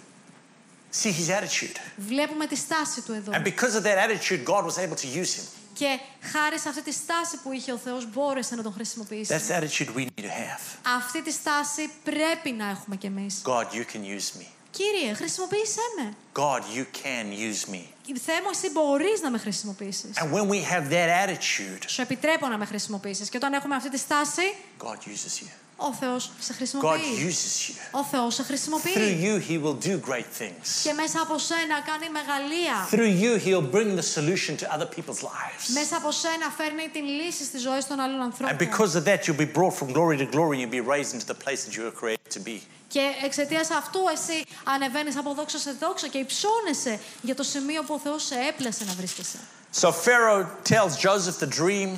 Speaker 1: See his attitude.
Speaker 2: Βλέπουμε τη στάση του εδώ.
Speaker 1: And because of that attitude, God was able to use him.
Speaker 2: Και χάρη σε αυτή τη στάση που είχε ο Θεός μπόρεσε να τον χρησιμοποιήσει.
Speaker 1: That's the attitude we need to have.
Speaker 2: Αυτή τη στάση πρέπει να έχουμε κι εμείς.
Speaker 1: God, you can use me.
Speaker 2: Κύριε, χρησιμοποίησέ με.
Speaker 1: God, you can use me.
Speaker 2: Θεέ μου, εσύ μπορείς να με χρησιμοποιήσεις.
Speaker 1: And when we have that attitude,
Speaker 2: Σου επιτρέπω να με χρησιμοποιήσεις. Και όταν έχουμε αυτή τη στάση,
Speaker 1: God uses you.
Speaker 2: ο Θεός σε
Speaker 1: God
Speaker 2: χρησιμοποιεί.
Speaker 1: uses you.
Speaker 2: Ο Θεός σε
Speaker 1: Through
Speaker 2: χρησιμοποιεί.
Speaker 1: you, He will do great things.
Speaker 2: Και μέσα από σένα κάνει μεγαλεία.
Speaker 1: Through you, He'll bring the solution to other people's lives.
Speaker 2: Μέσα από σένα φέρνει την λύση στη ζωή των άλλων
Speaker 1: And
Speaker 2: ανθρώπων.
Speaker 1: because of that, you'll be brought from glory to glory and you'll be raised into the place that you were created to be.
Speaker 2: Και εξαιτίας αυτού εσύ ανεβαίνεις από δόξα σε δόξα και υψώνεσαι για το σημείο που ο Θεός σε έπλασε να βρίσκεσαι.
Speaker 1: So Pharaoh tells Joseph the dream,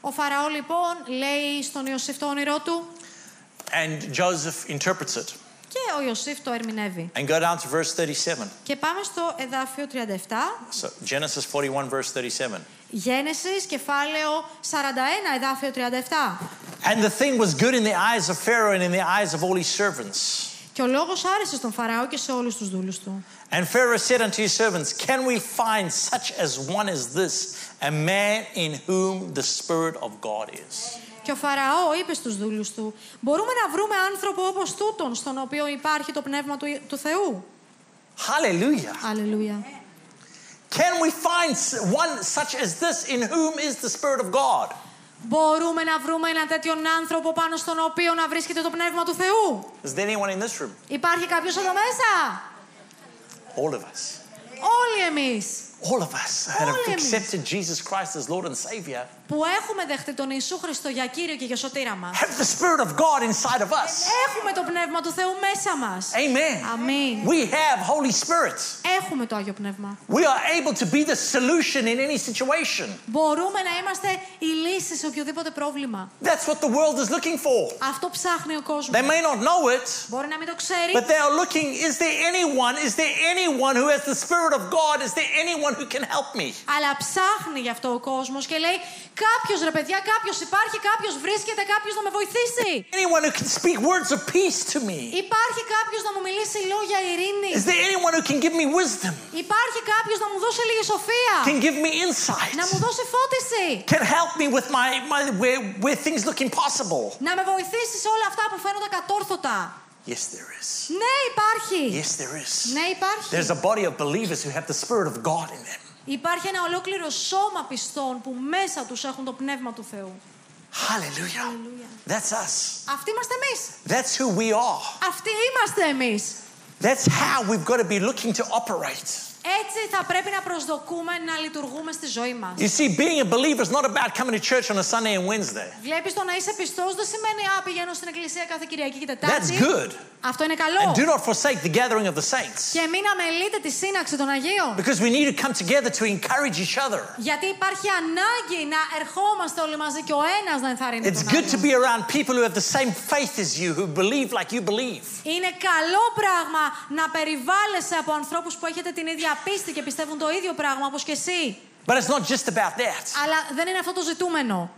Speaker 2: Ο Φαραώ λοιπόν λέει στον Ιωσήφ το όνειρό του
Speaker 1: and Joseph interprets it.
Speaker 2: και ο Ιωσήφ το ερμηνεύει.
Speaker 1: And go down to verse 37.
Speaker 2: Και πάμε στο εδάφιο 37,
Speaker 1: So Genesis 41, verse 37.
Speaker 2: Γένεσης, κεφάλαιο 41, εδάφιο 37.
Speaker 1: And the thing was good in the eyes of Pharaoh and in the eyes of all his servants.
Speaker 2: Και ο λόγος άρεσε στον Φαραώ και σε όλους τους δούλους του.
Speaker 1: And Pharaoh said unto his servants, Can we find such as one as this, a man in whom the Spirit of God is?
Speaker 2: Και ο Φαραώ είπε στους δούλους του, μπορούμε να βρούμε άνθρωπο όπως τούτον, στον οποίο υπάρχει το πνεύμα του, του Θεού.
Speaker 1: Hallelujah.
Speaker 2: Αλληλούια.
Speaker 1: Can we find s- one such as this in whom is the Spirit of God?
Speaker 2: Μπορούμε να βρούμε έναν τέτοιον άνθρωπο πάνω στον οποίο να βρίσκεται το πνεύμα του Θεού.
Speaker 1: Is there anyone in this room?
Speaker 2: Υπάρχει κάποιος εδώ μέσα.
Speaker 1: All of us.
Speaker 2: Όλοι εμείς
Speaker 1: All of us that have
Speaker 2: All of us.
Speaker 1: accepted Jesus Christ as Lord and Savior
Speaker 2: που έχουμε δεχτεί τον Ιησού Χριστό για κύριο και για σωτήρα μας.
Speaker 1: have the Spirit of God inside of us.
Speaker 2: Έχουμε το πνεύμα του Θεού μέσα μας.
Speaker 1: Amen.
Speaker 2: Αμήν.
Speaker 1: We have Holy Spirit.
Speaker 2: Έχουμε το άγιο πνεύμα.
Speaker 1: We are able to be the solution in any situation.
Speaker 2: Μπορούμε να είμαστε η λύση σε οποιοδήποτε πρόβλημα.
Speaker 1: That's what the world is looking for.
Speaker 2: Αυτό ψάχνει ο κόσμος.
Speaker 1: They may not know it,
Speaker 2: Μπορεί να μην το ξέρει,
Speaker 1: but they are looking is there anyone? Is there anyone who has the Spirit of God? Is there anyone who can help me?
Speaker 2: αλλά ψάχνει γι' αυτό ο κόσμος και λέει: Κάποιος ρε παιδιά, κάποιος υπάρχει, κάποιος βρίσκεται, κάποιος να με βοηθήσει.
Speaker 1: Anyone who can speak words of peace to me?
Speaker 2: Υπάρχει κάποιος να μου μιλήσει λόγια ειρήνη.
Speaker 1: Is there anyone who can give me wisdom?
Speaker 2: Υπάρχει κάποιος να μου δώσει λίγη σοφία.
Speaker 1: Can give me
Speaker 2: Να μου
Speaker 1: insight?
Speaker 2: δώσει φώτιση.
Speaker 1: Can help me with my, my where, where things look impossible?
Speaker 2: Να με βοηθήσεις σε όλα αυτά που φαίνονται κατόρθωτα.
Speaker 1: Yes, there is.
Speaker 2: Ναι, υπάρχει.
Speaker 1: Yes, there is.
Speaker 2: Ναι, υπάρχει.
Speaker 1: There's a body of believers who have the Spirit of God in them.
Speaker 2: Υπάρχει ένα ολόκληρο σώμα πιστών που μέσα τους έχουν το πνεύμα του Θεού.
Speaker 1: Hallelujah. That's us.
Speaker 2: Αυτοί είμαστε εμείς.
Speaker 1: That's who we are.
Speaker 2: Αυτοί είμαστε εμείς.
Speaker 1: That's how we've got to be looking to operate.
Speaker 2: Έτσι θα πρέπει να προσδοκούμε να λειτουργούμε στη ζωή μας.
Speaker 1: You see, being a believer is not about coming to church on a Sunday and Wednesday.
Speaker 2: Βλέπεις το να είσαι πιστός δεν σημαίνει «Α, πηγαίνω στην εκκλησία κάθε Κυριακή και
Speaker 1: That's
Speaker 2: Τετάρτη».
Speaker 1: good.
Speaker 2: Αυτό είναι
Speaker 1: And do
Speaker 2: καλό.
Speaker 1: not forsake the gathering of the saints.
Speaker 2: Και μην αμελείτε τη σύναξη των Αγίων.
Speaker 1: Because we need to come together to encourage each other.
Speaker 2: Γιατί υπάρχει ανάγκη να ερχόμαστε όλοι μαζί και ο ένας να ενθαρρύνει
Speaker 1: It's
Speaker 2: τον
Speaker 1: good to
Speaker 2: άλλον.
Speaker 1: be around people who have the same faith as you, who believe like you believe.
Speaker 2: Είναι καλό πράγμα να περιβάλλεσαι από ανθρώπους που έχετε την ίδια πίστη και πιστεύουν το ίδιο πράγμα όπως και εσύ.
Speaker 1: But it's not just about that.
Speaker 2: Αλλά δεν είναι αυτό το ζητούμενο.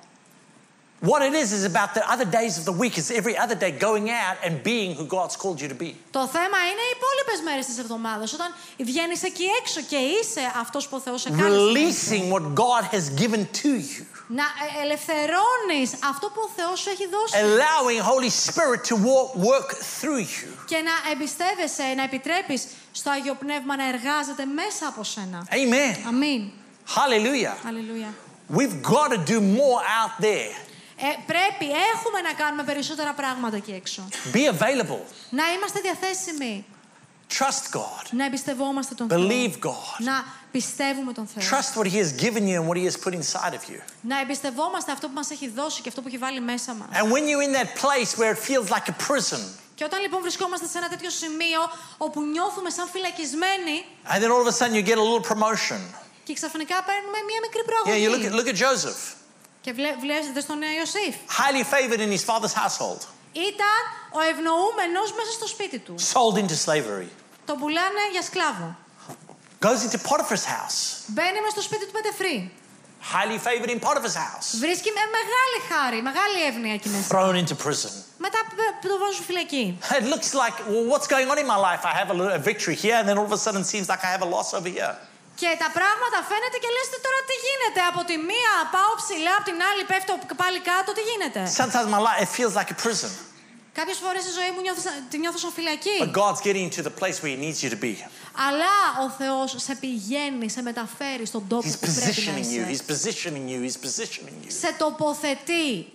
Speaker 1: What it is is about the other days of the week, is every other day going out and being who God's called you to be.
Speaker 2: Το θέμα είναι οι υπόλοιπες μέρες της εβδομάδας. Όταν βγαίνεις εκεί έξω και είσαι αυτός που ο Θεός σε κάνει.
Speaker 1: Releasing what God has given to you.
Speaker 2: Να ε, ελευθερώνεις αυτό που ο Θεός σου έχει δώσει.
Speaker 1: Ε- allowing Holy Spirit to walk, work through you.
Speaker 2: Και να εμπιστεύεσαι, να επιτρέπεις στο Άγιο Πνεύμα να εργάζεται μέσα από σένα.
Speaker 1: Amen.
Speaker 2: Αμήν.
Speaker 1: Hallelujah.
Speaker 2: Αλληλούια.
Speaker 1: We've got to do more out there.
Speaker 2: Ε, πρέπει, έχουμε να κάνουμε περισσότερα πράγματα εκεί έξω.
Speaker 1: Be available.
Speaker 2: Να είμαστε διαθέσιμοι.
Speaker 1: Trust God.
Speaker 2: Να εμπιστευόμαστε τον Θεό.
Speaker 1: Believe God.
Speaker 2: Να πιστεύουμε τον Θεό.
Speaker 1: Trust what He has given you and what He has put inside of you.
Speaker 2: Να εμπιστευόμαστε αυτό που μας έχει δώσει και αυτό που έχει βάλει μέσα μας.
Speaker 1: And when you're in that place where it feels like a prison,
Speaker 2: Και όταν λοιπόν βρισκόμαστε σε ένα τέτοιο σημείο όπου νιώθουμε σαν φυλακισμένοι
Speaker 1: and then all of a sudden you get a little promotion.
Speaker 2: και ξαφνικά παίρνουμε μία μικρή
Speaker 1: Yeah, you look
Speaker 2: προαγωγή.
Speaker 1: at, look at Joseph,
Speaker 2: Και βλέ, βλέπεις, δες τον νέο Ιωσήφ.
Speaker 1: highly favored in his father's household,
Speaker 2: Ήταν ο ευνοούμενος μέσα στο σπίτι του.
Speaker 1: sold into slavery,
Speaker 2: Τον πουλάνε για σκλάβο.
Speaker 1: goes into Potiphar's house,
Speaker 2: Μπαίνει μέσα στο σπίτι του πεντεφρή.
Speaker 1: highly favored in Potiphar's house,
Speaker 2: Βρίσκει με μεγάλη χάρη, μεγάλη εύνοια εκεί μέσα.
Speaker 1: thrown into prison.
Speaker 2: Μετά π- π- το βάζουν φυλακή.
Speaker 1: It looks like, well, what's going on in my life? I have a, little- a victory here, and then all of a sudden it seems like I have a loss over here.
Speaker 2: Και τα πράγματα φαίνεται και λες «Τι τώρα τι γίνεται. γίνεται από τη μία, πάω ψηλά, από την άλλη πέφτω πάλι κάτω, τι γίνεται.
Speaker 1: Sometimes my life, it feels like a prison.
Speaker 2: Κάποιες φορές η ζωή μου νιώθω, σαν- τη νιώθω σαν φυλακή.
Speaker 1: But God's getting you to the place where He needs you to be.
Speaker 2: Αλλά ο Θεός σε πηγαίνει, σε μεταφέρει στον τόπο
Speaker 1: He's
Speaker 2: που πρέπει να
Speaker 1: positioning you,
Speaker 2: είσαι.
Speaker 1: He's positioning you, He's positioning you.
Speaker 2: Σε τοποθετεί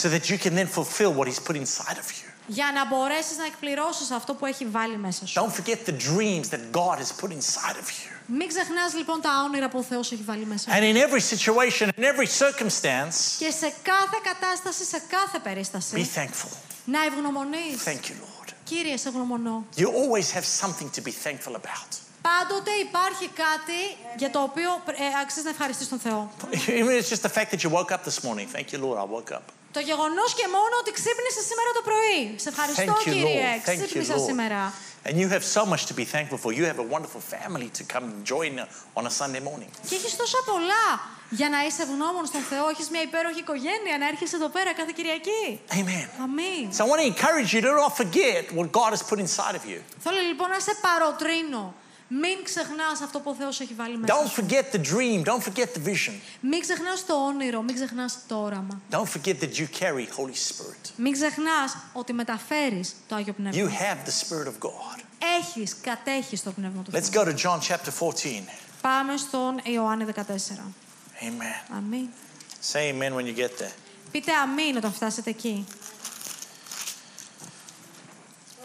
Speaker 1: So that you can then fulfill what He's put inside of you.
Speaker 2: για να μπορέσεις να εκπληρώσεις αυτό που έχει βάλει μέσα σου.
Speaker 1: Don't forget the dreams that God has put inside of you.
Speaker 2: Μην ξεχνάς λοιπόν τα όνειρα που ο Θεός έχει βάλει μέσα σου.
Speaker 1: And in every situation, in every circumstance,
Speaker 2: Και σε κάθε κατάσταση, σε κάθε
Speaker 1: be
Speaker 2: περίσταση,
Speaker 1: thankful.
Speaker 2: να ευγνωμονείς.
Speaker 1: Thank you, Lord.
Speaker 2: Κύριε, σε ευγνωμονώ.
Speaker 1: You always have something to be thankful about.
Speaker 2: Πάντοτε υπάρχει κάτι για το οποίο ε, αξίζει να ευχαριστείς τον Θεό.
Speaker 1: Even it's just the fact that you woke up this morning. Thank you, Lord, I woke up.
Speaker 2: Το γεγονός και μόνο ότι ξύπνησες σήμερα το πρωί. Σε ευχαριστώ,
Speaker 1: Thank you,
Speaker 2: κύριε.
Speaker 1: Lord. Thank you,
Speaker 2: Ξύπνησα
Speaker 1: Lord.
Speaker 2: σήμερα.
Speaker 1: And you have so much to be thankful for. You have a wonderful family to come and join on a Sunday morning.
Speaker 2: Και έχεις τόσα πολλά για να είσαι ευγνώμων στον Θεό. Έχεις μια υπέροχη οικογένεια να έρχεσαι εδώ πέρα κάθε Κυριακή.
Speaker 1: Amen.
Speaker 2: Αμήν.
Speaker 1: So I want to encourage you to not forget what God has put inside of you.
Speaker 2: Θέλω λοιπόν να σε παροτρύνω. Μην ξεχνάς αυτό που ο Θεός έχει βάλει μέσα.
Speaker 1: Don't
Speaker 2: σου.
Speaker 1: forget the dream. Don't forget the vision.
Speaker 2: Μην ξεχνάς το όνειρο, μην ξεχνάς το όραμα.
Speaker 1: Don't forget that you carry Holy Spirit.
Speaker 2: Μην ξεχνάς ότι μεταφέρεις το άγιο πνεύμα.
Speaker 1: You have the Spirit of God.
Speaker 2: Έχεις, κατέχεις το πνεύμα του
Speaker 1: Let's
Speaker 2: Θεού.
Speaker 1: go to John chapter 14.
Speaker 2: Πάμε στον Ιωάννη 14.
Speaker 1: Amen.
Speaker 2: Αμήν.
Speaker 1: Say amen when you get there.
Speaker 2: Πείτε αμήν όταν φτάσετε εκεί.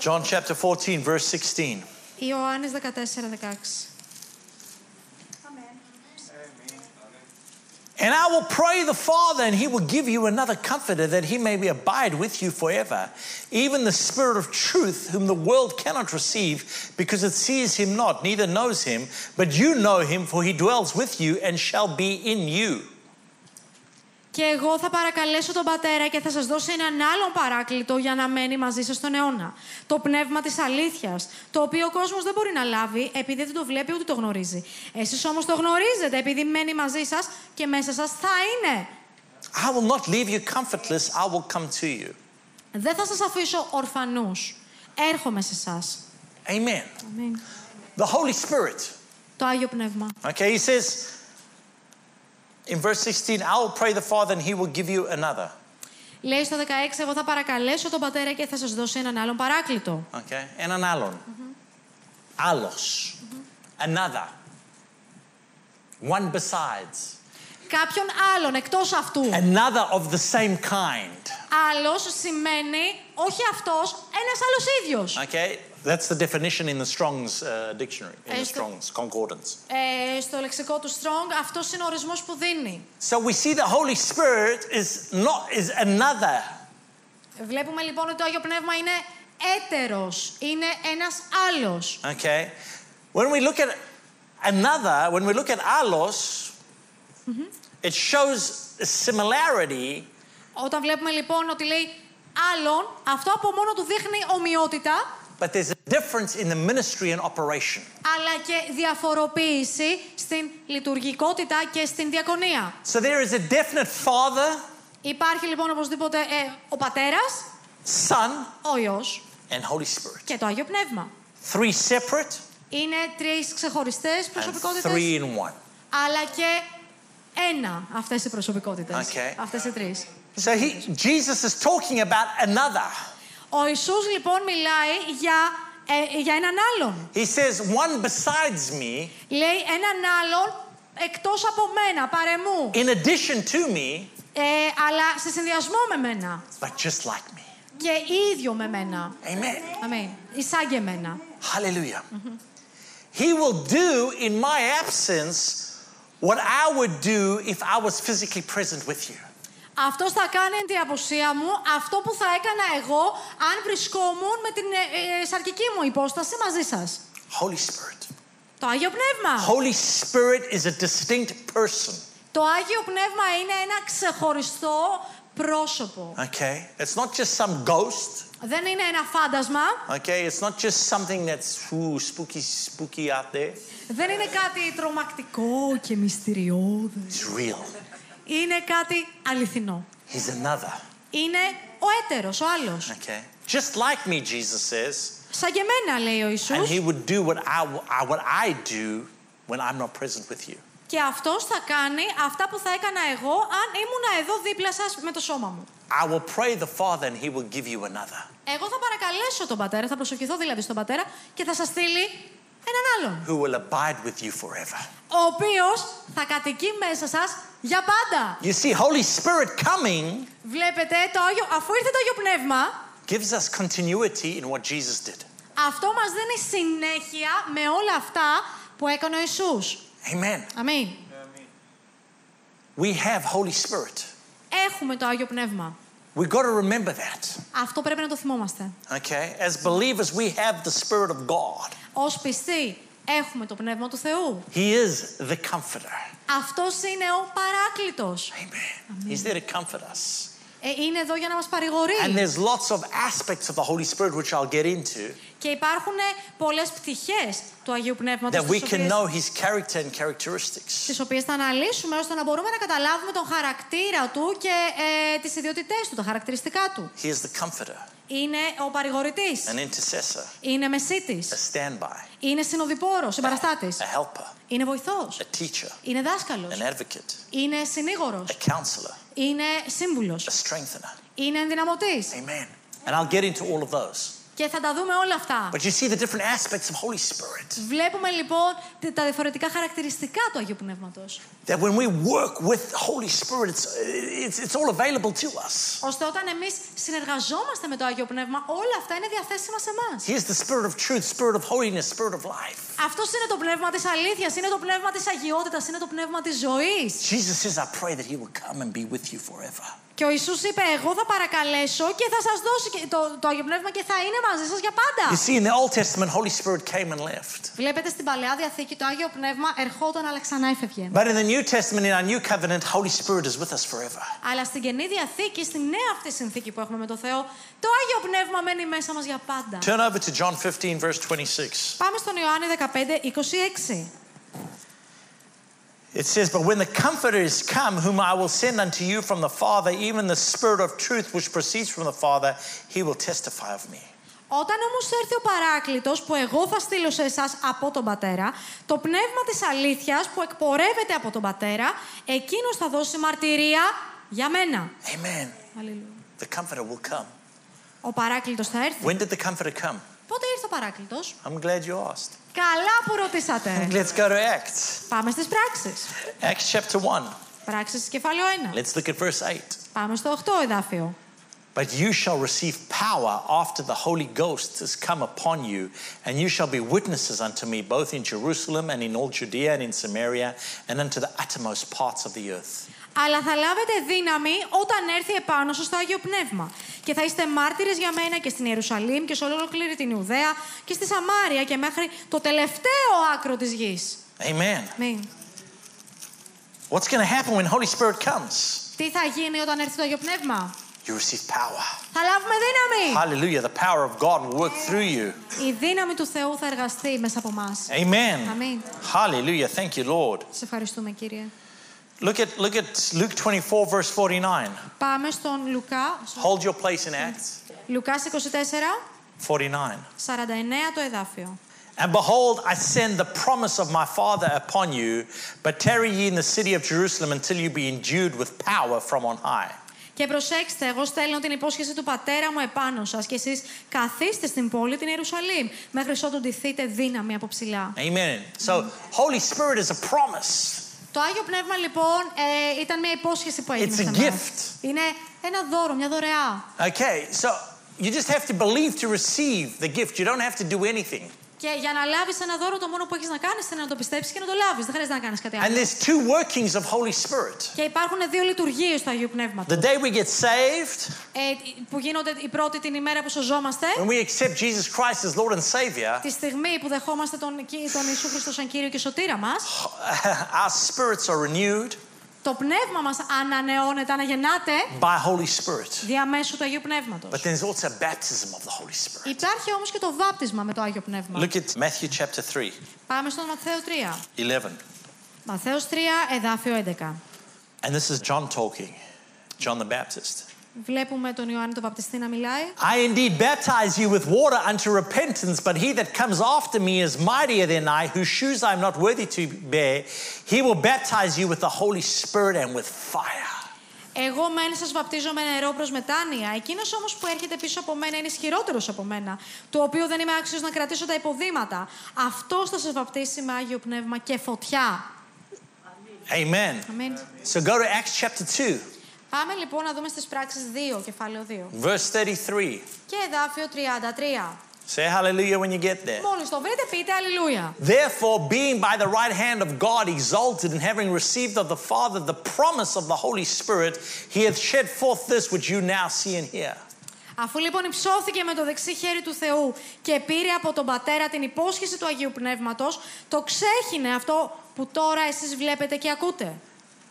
Speaker 1: John chapter 14, verse 16.
Speaker 2: Ιωάννης 14, 16.
Speaker 1: And I will pray the Father, and he will give you another comforter that he may be abide with you forever, even the Spirit of truth, whom the world cannot receive, because it sees him not, neither knows him. But you know him, for he dwells with you and shall be in you.
Speaker 2: Και εγώ θα παρακαλέσω τον Πατέρα και θα σας δώσω έναν άλλον παράκλητο για να μένει μαζί σας στον αιώνα. Το πνεύμα της αλήθειας, το οποίο ο κόσμος δεν μπορεί να λάβει επειδή δεν το βλέπει ούτε το γνωρίζει. Εσείς όμως το γνωρίζετε επειδή μένει μαζί σας και μέσα σας θα είναι.
Speaker 1: I will not leave you comfortless, I will come to you.
Speaker 2: Δεν θα σας αφήσω ορφανούς. Έρχομαι σε εσάς.
Speaker 1: Amen.
Speaker 2: Αμήν.
Speaker 1: The Holy Spirit.
Speaker 2: Το Άγιο Πνεύμα.
Speaker 1: Okay, he says in verse 16, I will pray the Father, and he will give you another.
Speaker 2: Λέει στο 16, εγώ θα παρακαλέσω τον Πατέρα και θα σας δώσω έναν άλλον παράκλητο.
Speaker 1: Okay. And an alon. Alos. Another. One besides.
Speaker 2: Κάποιον άλλον εκτός αυτού.
Speaker 1: Another of the same kind.
Speaker 2: Άλλος σημαίνει όχι αυτός, ένας άλλος ίδιος.
Speaker 1: Okay. That's the definition in the Strong's uh, dictionary, in the
Speaker 2: Yes.
Speaker 1: Strong's concordance.
Speaker 2: Ε, στο λεξικό του Strong, αυτός είναι ο ορισμός που δίνει.
Speaker 1: So we see the Holy Spirit is not is another.
Speaker 2: Βλέπουμε λοιπόν ότι το Άγιο Πνεύμα είναι έτερος, είναι ένας άλλος.
Speaker 1: Okay. When we look at another, when we look at alos, it shows a similarity
Speaker 2: Όταν βλέπουμε λοιπόν ότι λέει άλλον, αυτό από μόνο του δείχνει ομοιότητα,
Speaker 1: But there's a difference in the ministry and operation.
Speaker 2: αλλά και διαφοροποίηση στην λειτουργικότητα και στην διακονία.
Speaker 1: So there is a definite father,
Speaker 2: Υπάρχει λοιπόν οπωσδήποτε ε, ο Πατέρας,
Speaker 1: son,
Speaker 2: ο Υιός
Speaker 1: and Holy Spirit.
Speaker 2: και το Άγιο Πνεύμα.
Speaker 1: Three separate
Speaker 2: Είναι τρεις ξεχωριστές
Speaker 1: and
Speaker 2: προσωπικότητες.
Speaker 1: three in one.
Speaker 2: αλλά και ένα αυτές οι προσωπικότητες.
Speaker 1: Okay.
Speaker 2: Αυτές οι τρεις.
Speaker 1: So he, Jesus is talking about another.
Speaker 2: Ο Ιησούς λοιπόν μιλάει για, ε, για έναν άλλον.
Speaker 1: He says, one besides me,
Speaker 2: Λέει έναν άλλον εκτός από μένα, παρεμού.
Speaker 1: in addition to me,
Speaker 2: Ε, αλλά σε συνδυασμό με μένα.
Speaker 1: but just like me.
Speaker 2: Και ίδιο με μένα.
Speaker 1: Amen.
Speaker 2: Αμήν. Ή σαν και εμένα.
Speaker 1: Hallelujah. He will do in my absence what I would do if I was physically present with you.
Speaker 2: Αυτός θα κάνει την απουσία μου αυτό που θα έκανα εγώ αν βρισκόμουν με την ε, ε, σαρκική μου υπόσταση μαζί σας.
Speaker 1: Holy Spirit.
Speaker 2: Το Άγιο Πνεύμα.
Speaker 1: Holy Spirit is a distinct person.
Speaker 2: Το Άγιο Πνεύμα είναι ένα ξεχωριστό πρόσωπο.
Speaker 1: Okay? It's not just some ghost.
Speaker 2: Δεν είναι ένα φάντασμα,
Speaker 1: Okay? It's not just something that's ooh, spooky, spooky out there.
Speaker 2: δεν είναι κάτι τρομακτικό και μυστηριώδες.
Speaker 1: It's real.
Speaker 2: Είναι κάτι αληθινό.
Speaker 1: He's another.
Speaker 2: Είναι ο έτερος, ο άλλος.
Speaker 1: Okay? Just like me, Jesus says.
Speaker 2: Σαν και εμένα, λέει ο Ιησούς.
Speaker 1: And he would do what I, I- what I do when I'm not present with you.
Speaker 2: και αυτός θα κάνει αυτά που θα έκανα εγώ αν ήμουνα εδώ δίπλα σας με το σώμα μου.
Speaker 1: I will pray the Father and he will give you another.
Speaker 2: Εγώ θα παρακαλέσω τον πατέρα, θα προσευχηθώ δηλαδή στον πατέρα και θα σας στείλει έναν άλλον.
Speaker 1: who will abide with you forever.
Speaker 2: Ο οποίος θα κατοικεί μέσα σας για πάντα.
Speaker 1: You see, Holy Spirit coming
Speaker 2: Βλέπετε, το Άγιο, αφού ήρθε το Άγιο Πνεύμα,
Speaker 1: gives us continuity in what Jesus did.
Speaker 2: αυτό μας δίνει συνέχεια με όλα αυτά που έκανε ο Ιησούς.
Speaker 1: Amen.
Speaker 2: Αμήν.
Speaker 1: We have Holy Spirit.
Speaker 2: Έχουμε το Άγιο Πνεύμα.
Speaker 1: We've got to remember that.
Speaker 2: Αυτό πρέπει να το θυμόμαστε.
Speaker 1: Okay? As believers, we have the Spirit of God.
Speaker 2: Ως πιστοί έχουμε το Πνεύμα του Θεού.
Speaker 1: He is the comforter.
Speaker 2: Αυτός είναι ο παράκλητος.
Speaker 1: Amen. He's there to comfort us.
Speaker 2: Ε, είναι εδώ για να μας
Speaker 1: And
Speaker 2: παρηγορεί.
Speaker 1: there's lots of aspects of the Holy Spirit which I'll get into
Speaker 2: Και υπάρχουν πολλές πτυχές του Αγίου Πνεύματος
Speaker 1: that we
Speaker 2: τις
Speaker 1: can
Speaker 2: οποίες,
Speaker 1: know his character and characteristics.
Speaker 2: τις οποίες θα αναλύσουμε ώστε να μπορούμε να καταλάβουμε τον χαρακτήρα του και ε, τις ιδιότητές του, τα χαρακτηριστικά του.
Speaker 1: He is the comforter,
Speaker 2: Είναι ο παρηγορητής.
Speaker 1: an intercessor,
Speaker 2: Είναι μεσίτης.
Speaker 1: a standby,
Speaker 2: Είναι συνοδοιπόρος, συμπαραστάτης.
Speaker 1: a helper,
Speaker 2: Είναι βοηθός.
Speaker 1: a teacher,
Speaker 2: Είναι δάσκαλος.
Speaker 1: an advocate,
Speaker 2: Είναι συνήγορος.
Speaker 1: a counselor,
Speaker 2: Είναι σύμβουλος.
Speaker 1: a strengthener.
Speaker 2: Είναι ενδυναμωτής.
Speaker 1: Amen. And I'll get into all of those.
Speaker 2: Και θα τα δούμε όλα αυτά.
Speaker 1: But you see the different aspects of Holy Spirit.
Speaker 2: Βλέπουμε λοιπόν τε- τα διαφορετικά χαρακτηριστικά του Αγίου Πνεύματος.
Speaker 1: That when we work with Holy Spirit, it's, it's, it's all available to us.
Speaker 2: Ώστε όταν εμείς συνεργαζόμαστε με το Άγιο Πνεύμα, όλα αυτά είναι διαθέσιμα σε εμάς.
Speaker 1: He is the Spirit of truth, Spirit of holiness, Spirit of life.
Speaker 2: Αυτός είναι το πνεύμα της αλήθειας, είναι το πνεύμα της αγιότητας, είναι το πνεύμα της ζωής.
Speaker 1: Jesus says, I pray that He will come and be with you forever.
Speaker 2: Και ο Ιησούς είπε, εγώ θα παρακαλέσω και θα σας δώσω και το, το Άγιο Πνεύμα και θα είναι μαζί σας για
Speaker 1: You
Speaker 2: πάντα.
Speaker 1: see, in the Old Testament, Holy Spirit came and left.
Speaker 2: Βλέπετε στην Παλαιά Διαθήκη το Άγιο Πνεύμα ερχόταν αλλά ξανά έφευγε.
Speaker 1: But in the New Testament, in our new covenant, Holy Spirit is with us forever.
Speaker 2: Αλλά στην Καινή Διαθήκη, στη νέα αυτή συνθήκη που έχουμε με το Θεό, το Άγιο Πνεύμα μένει μέσα μας για πάντα.
Speaker 1: Turn over to John 15, verse 26.
Speaker 2: Πάμε στον Ιωάννη 15, 26.
Speaker 1: It says, But when the Comforter is come, whom I will send unto you from the Father, even the Spirit of truth which proceeds from the Father, he will testify of me.
Speaker 2: Όταν όμως έρθει ο παράκλητος που εγώ θα στείλω σε εσάς από τον πατέρα, το πνεύμα της αλήθειας που εκπορεύεται από τον πατέρα, εκείνος θα δώσει μαρτυρία για μένα.
Speaker 1: Amen.
Speaker 2: Αλληλούια.
Speaker 1: The Comforter will come.
Speaker 2: Ο παράκλητος θα έρθει.
Speaker 1: When did the Comforter come?
Speaker 2: Πότε ήρθε ο παράκλητος.
Speaker 1: I'm glad you asked.
Speaker 2: Καλά που ρωτήσατε.
Speaker 1: Let's go to Acts.
Speaker 2: Πάμε στις πράξεις.
Speaker 1: Acts chapter 1.
Speaker 2: Πράξεις κεφάλαιο 1.
Speaker 1: Let's look at verse 8.
Speaker 2: Πάμε στο 8 εδάφιο.
Speaker 1: But you shall receive power after the Holy Ghost has come upon you, and you shall be witnesses unto me both in Jerusalem and in all Judea and in Samaria and unto the uttermost parts of the earth.
Speaker 2: Αλλά θα λάβετε δύναμη όταν έρθει επάνω σας το Άγιο Πνεύμα. Και θα είστε μάρτυρες για μένα και στην Ιερουσαλήμ και σε ολόκληρη την Ιουδαία και στη Σαμάρια και μέχρι το τελευταίο άκρο της γης.
Speaker 1: Amen.
Speaker 2: Μην.
Speaker 1: What's going to happen when Holy Spirit comes?
Speaker 2: Τι θα γίνει όταν έρθει το Άγιο Πνεύμα.
Speaker 1: You receive power.
Speaker 2: Θα λάβουμε δύναμη.
Speaker 1: Hallelujah. The power of God will work through you.
Speaker 2: Η δύναμη του Θεού θα εργαστεί μέσα από εμάς.
Speaker 1: Ε- Amen.
Speaker 2: Amen.
Speaker 1: Hallelujah. Thank you, Lord.
Speaker 2: Σε ευχαριστούμε, κύριε.
Speaker 1: Look at look at Luke 24 verse 49.
Speaker 2: Πάμε στον Λουκά.
Speaker 1: Hold your place in Acts
Speaker 2: Λουκάς 24,
Speaker 1: 49.
Speaker 2: 49 το εδάfio.
Speaker 1: And behold, I send the promise of my Father upon you, but tarry ye in the city of Jerusalem until you be endued with power from on high.
Speaker 2: Και προσέξτε, εγώ στέλνω την υπόσχεση του πατέρα μου επάνω σας και εσείς καθίστε στην πόλη την Ιερουσαλήμ, μέχρι ότου ντυθείτε δύναμη από ψηλά.
Speaker 1: Amen. So, Holy Spirit is a promise.
Speaker 2: Το Άγιο Πνεύμα, λοιπόν, ε, ήταν μια υπόσχεση που έγινε
Speaker 1: It's
Speaker 2: σε
Speaker 1: a
Speaker 2: μας.
Speaker 1: gift.
Speaker 2: Είναι ένα δώρο, μια δωρεά.
Speaker 1: Okay, so you just have to believe to receive the gift. You don't have to do anything.
Speaker 2: Και για να λάβεις ένα δώρο, το μόνο που έχεις να κάνεις είναι να το πιστέψεις και να το λάβεις. Δεν χρειάζεται να κάνεις κάτι άλλο.
Speaker 1: And there's two workings of Holy Spirit.
Speaker 2: Και υπάρχουν δύο λειτουργίες του Αγίου Πνεύματος.
Speaker 1: The day we get saved,
Speaker 2: Ε, που γίνονται η πρώτη την ημέρα που σωζόμαστε,
Speaker 1: when we accept Jesus Christ as Lord and Savior,
Speaker 2: τη στιγμή που δεχόμαστε τον, τον Ιησού Χριστό σαν κύριο και σωτήρα μας,
Speaker 1: our spirits are renewed
Speaker 2: το πνεύμα μας ανανεώνεται, αναγεννάται
Speaker 1: by Holy Spirit.
Speaker 2: διαμέσου του Αγίου Πνεύματος.
Speaker 1: But there's also a baptism of the Holy Spirit.
Speaker 2: Υπάρχει όμως και το βάπτισμα με το Άγιο Πνεύμα.
Speaker 1: Look at Matthew chapter 3,
Speaker 2: Πάμε στον Μαθαίο
Speaker 1: 11.
Speaker 2: 3. Μαθαίο 3, εδάφιο 11.
Speaker 1: And this is John talking, John the Baptist.
Speaker 2: Βλέπουμε τον Ιωάννη τον Βαπτιστή να μιλάει.
Speaker 1: I indeed baptize you with water unto repentance, but he that comes after me is mightier than I, whose shoes I am not worthy to bear. He will baptize you with the Holy Spirit and with fire.
Speaker 2: Εγώ μεν σας βαπτίζω με νερό προς μετάνοια. Εκείνος όμως που έρχεται πίσω από μένα είναι ισχυρότερος από μένα, το οποίο δεν είμαι άξιος να κρατήσω τα υποδήματα. Αυτός θα σας βαπτίσει με άγιο πνεύμα και φωτιά.
Speaker 1: Amen.
Speaker 2: Αμήν.
Speaker 1: So go to Acts chapter 2,
Speaker 2: Πάμε λοιπόν να δούμε στις πράξεις 2, κεφάλαιο 2.
Speaker 1: verse 33.
Speaker 2: Και εδάφιο 33.
Speaker 1: Say hallelujah when you get there.
Speaker 2: Μόλις το βρείτε, πείτε Αλληλούια.
Speaker 1: Therefore, being by the right hand of God exalted, and having received of the Father the promise of the Holy Spirit, he hath shed forth this which you now see and hear.
Speaker 2: Αφού λοιπόν υψώθηκε με το δεξί χέρι του Θεού και πήρε από τον Πατέρα την υπόσχεση του Αγίου Πνεύματος, το ξέχινε αυτό που τώρα εσείς βλέπετε και ακούτε.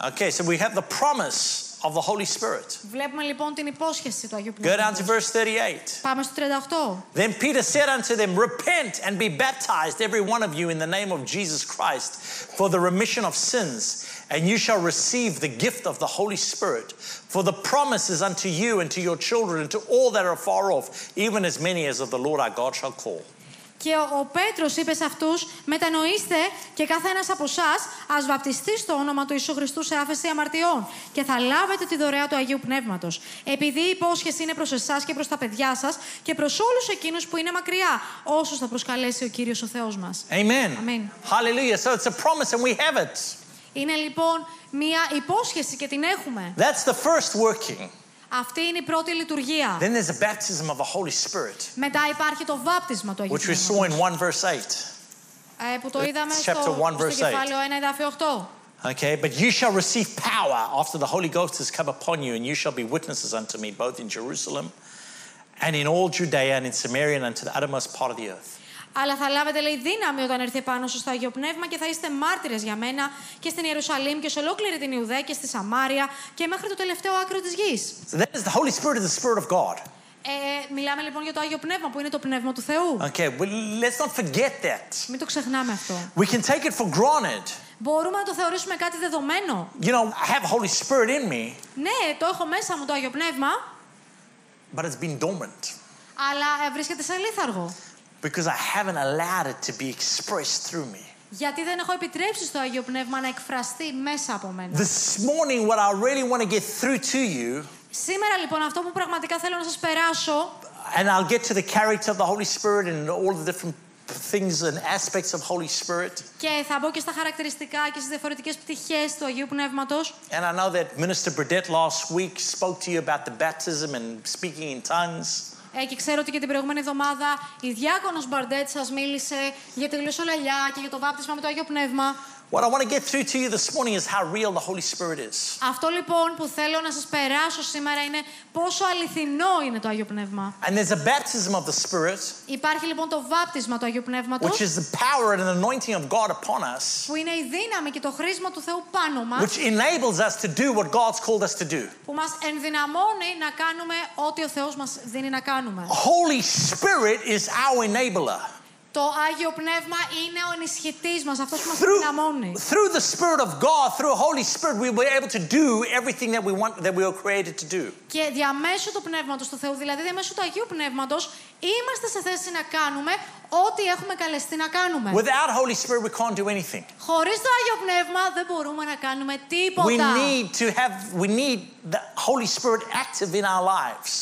Speaker 1: Okay, so we have the promise of the Holy Spirit.
Speaker 2: Βλέπουμε λοιπόν την υπόσχεση του Αγίου
Speaker 1: Go down to
Speaker 2: Πνεύματος.
Speaker 1: verse 38.
Speaker 2: Πάμε στο 38.
Speaker 1: Then Peter said unto them, Repent and be baptized, every one of you, in the name of Jesus Christ, for the remission of sins, and you shall receive the gift of the Holy Spirit. For the promise is unto you and to your children and to all that are far off, even as many as of the Lord our God shall call.
Speaker 2: Και ο, ο Πέτρος είπε σε αυτούς, μετανοήστε και κάθε ένας από εσά ας βαπτιστεί στο όνομα του Ιησού Χριστού σε άφεση αμαρτιών και θα λάβετε τη δωρεά του Αγίου Πνεύματος. Επειδή η υπόσχεση είναι προς εσάς και προς τα παιδιά σας και προς όλους εκείνους που είναι μακριά, όσους θα προσκαλέσει ο Κύριος ο Θεός μας.
Speaker 1: Amen.
Speaker 2: Amen.
Speaker 1: Hallelujah. So it's a promise and we have it.
Speaker 2: Είναι λοιπόν μία υπόσχεση και την έχουμε.
Speaker 1: That's the first working.
Speaker 2: Αυτή είναι η πρώτη λειτουργία.
Speaker 1: Then there's the baptism of the Holy Spirit,
Speaker 2: Μετά υπάρχει το βάπτισμα του Αγίου
Speaker 1: which we
Speaker 2: Πνεύματος,
Speaker 1: saw in 1 verse 8.
Speaker 2: ε, που το είδαμε
Speaker 1: It's
Speaker 2: στο,
Speaker 1: chapter one,
Speaker 2: στο
Speaker 1: verse eight.
Speaker 2: κεφάλαιο 1, εδάφιο 8.
Speaker 1: Okay, but you shall receive power after the Holy Ghost has come upon you, and you shall be witnesses unto me, both in Jerusalem and in all Judea and in Samaria and unto the uttermost part of the earth.
Speaker 2: Αλλά θα λάβετε, λέει, δύναμη όταν έρθει επάνω σας το Αγίο Πνεύμα και θα είστε μάρτυρες για μένα και στην Ιερουσαλήμ και σε ολόκληρη την Ιουδαία και στη Σαμάρια και μέχρι το τελευταίο άκρο της γης.
Speaker 1: So that is the Holy Spirit is the Spirit of God.
Speaker 2: Ε, μιλάμε λοιπόν για το Άγιο Πνεύμα που είναι το πνεύμα του Θεού.
Speaker 1: Okay, well, let's not forget that.
Speaker 2: Μην το ξεχνάμε αυτό.
Speaker 1: We can take it for granted.
Speaker 2: Μπορούμε να το θεωρήσουμε κάτι δεδομένο.
Speaker 1: You know, I have Holy Spirit in me,
Speaker 2: Ναι, το έχω μέσα μου το Άγιο Πνεύμα,
Speaker 1: but it's been dormant
Speaker 2: αλλά ε, βρίσκεται σε λίθαργο.
Speaker 1: because I haven't allowed it to be expressed through me.
Speaker 2: Γιατί δεν έχω επιτρέψει στο Άγιο Πνεύμα να εκφραστεί μέσα από μένα.
Speaker 1: This morning, what I really want to get through to you,
Speaker 2: Σήμερα λοιπόν αυτό που πραγματικά θέλω να σας περάσω
Speaker 1: and I'll get to the character of the Holy Spirit and all the different things and aspects of Holy Spirit.
Speaker 2: Και θα μπω και στα χαρακτηριστικά και στις διαφορετικές πτυχές του Αγίου Πνεύματος.
Speaker 1: And I know that Minister Burdett last week spoke to you about the baptism and speaking in tongues.
Speaker 2: Ε, και ξέρω ότι και την προηγούμενη εβδομάδα η διάκονος Μπαρντέτ σας μίλησε για τη γλωσσολαλιά και για το βάπτισμα με το Άγιο Πνεύμα.
Speaker 1: What I want to get through to you this morning is how real the Holy Spirit is.
Speaker 2: Αυτό λοιπόν που θέλω να σας περάσω σήμερα είναι πόσο αληθινό είναι το Άγιο Πνεύμα.
Speaker 1: And there's a baptism of the Spirit,
Speaker 2: Υπάρχει λοιπόν το βάπτισμα του Αγίου Πνεύματος,
Speaker 1: which is the power and anointing of God upon us,
Speaker 2: που είναι η δύναμη και το χρήσμα του Θεού πάνω μας,
Speaker 1: which enables us to do what God's called us to do.
Speaker 2: που μας ενδυναμώνει να κάνουμε ό,τι ο Θεός μας δίνει να κάνουμε.
Speaker 1: Holy Spirit is our enabler.
Speaker 2: Το Άγιο Πνεύμα είναι ο ενισχυτής μας, αυτός που μας ενδυναμώνει.
Speaker 1: through, through the Spirit of God, through the Holy Spirit, we were able to do everything that we want, that we were created to do.
Speaker 2: Και διαμέσου του Πνεύματος του Θεού, δηλαδή διαμέσου του Αγίου Πνεύματος, είμαστε σε θέση να κάνουμε ό,τι έχουμε καλεστεί να κάνουμε.
Speaker 1: Without Holy Spirit, we can't do anything.
Speaker 2: Χωρίς το Άγιο Πνεύμα δεν μπορούμε να κάνουμε
Speaker 1: We
Speaker 2: τίποτα.
Speaker 1: need to have, we need the Holy Spirit active in our lives.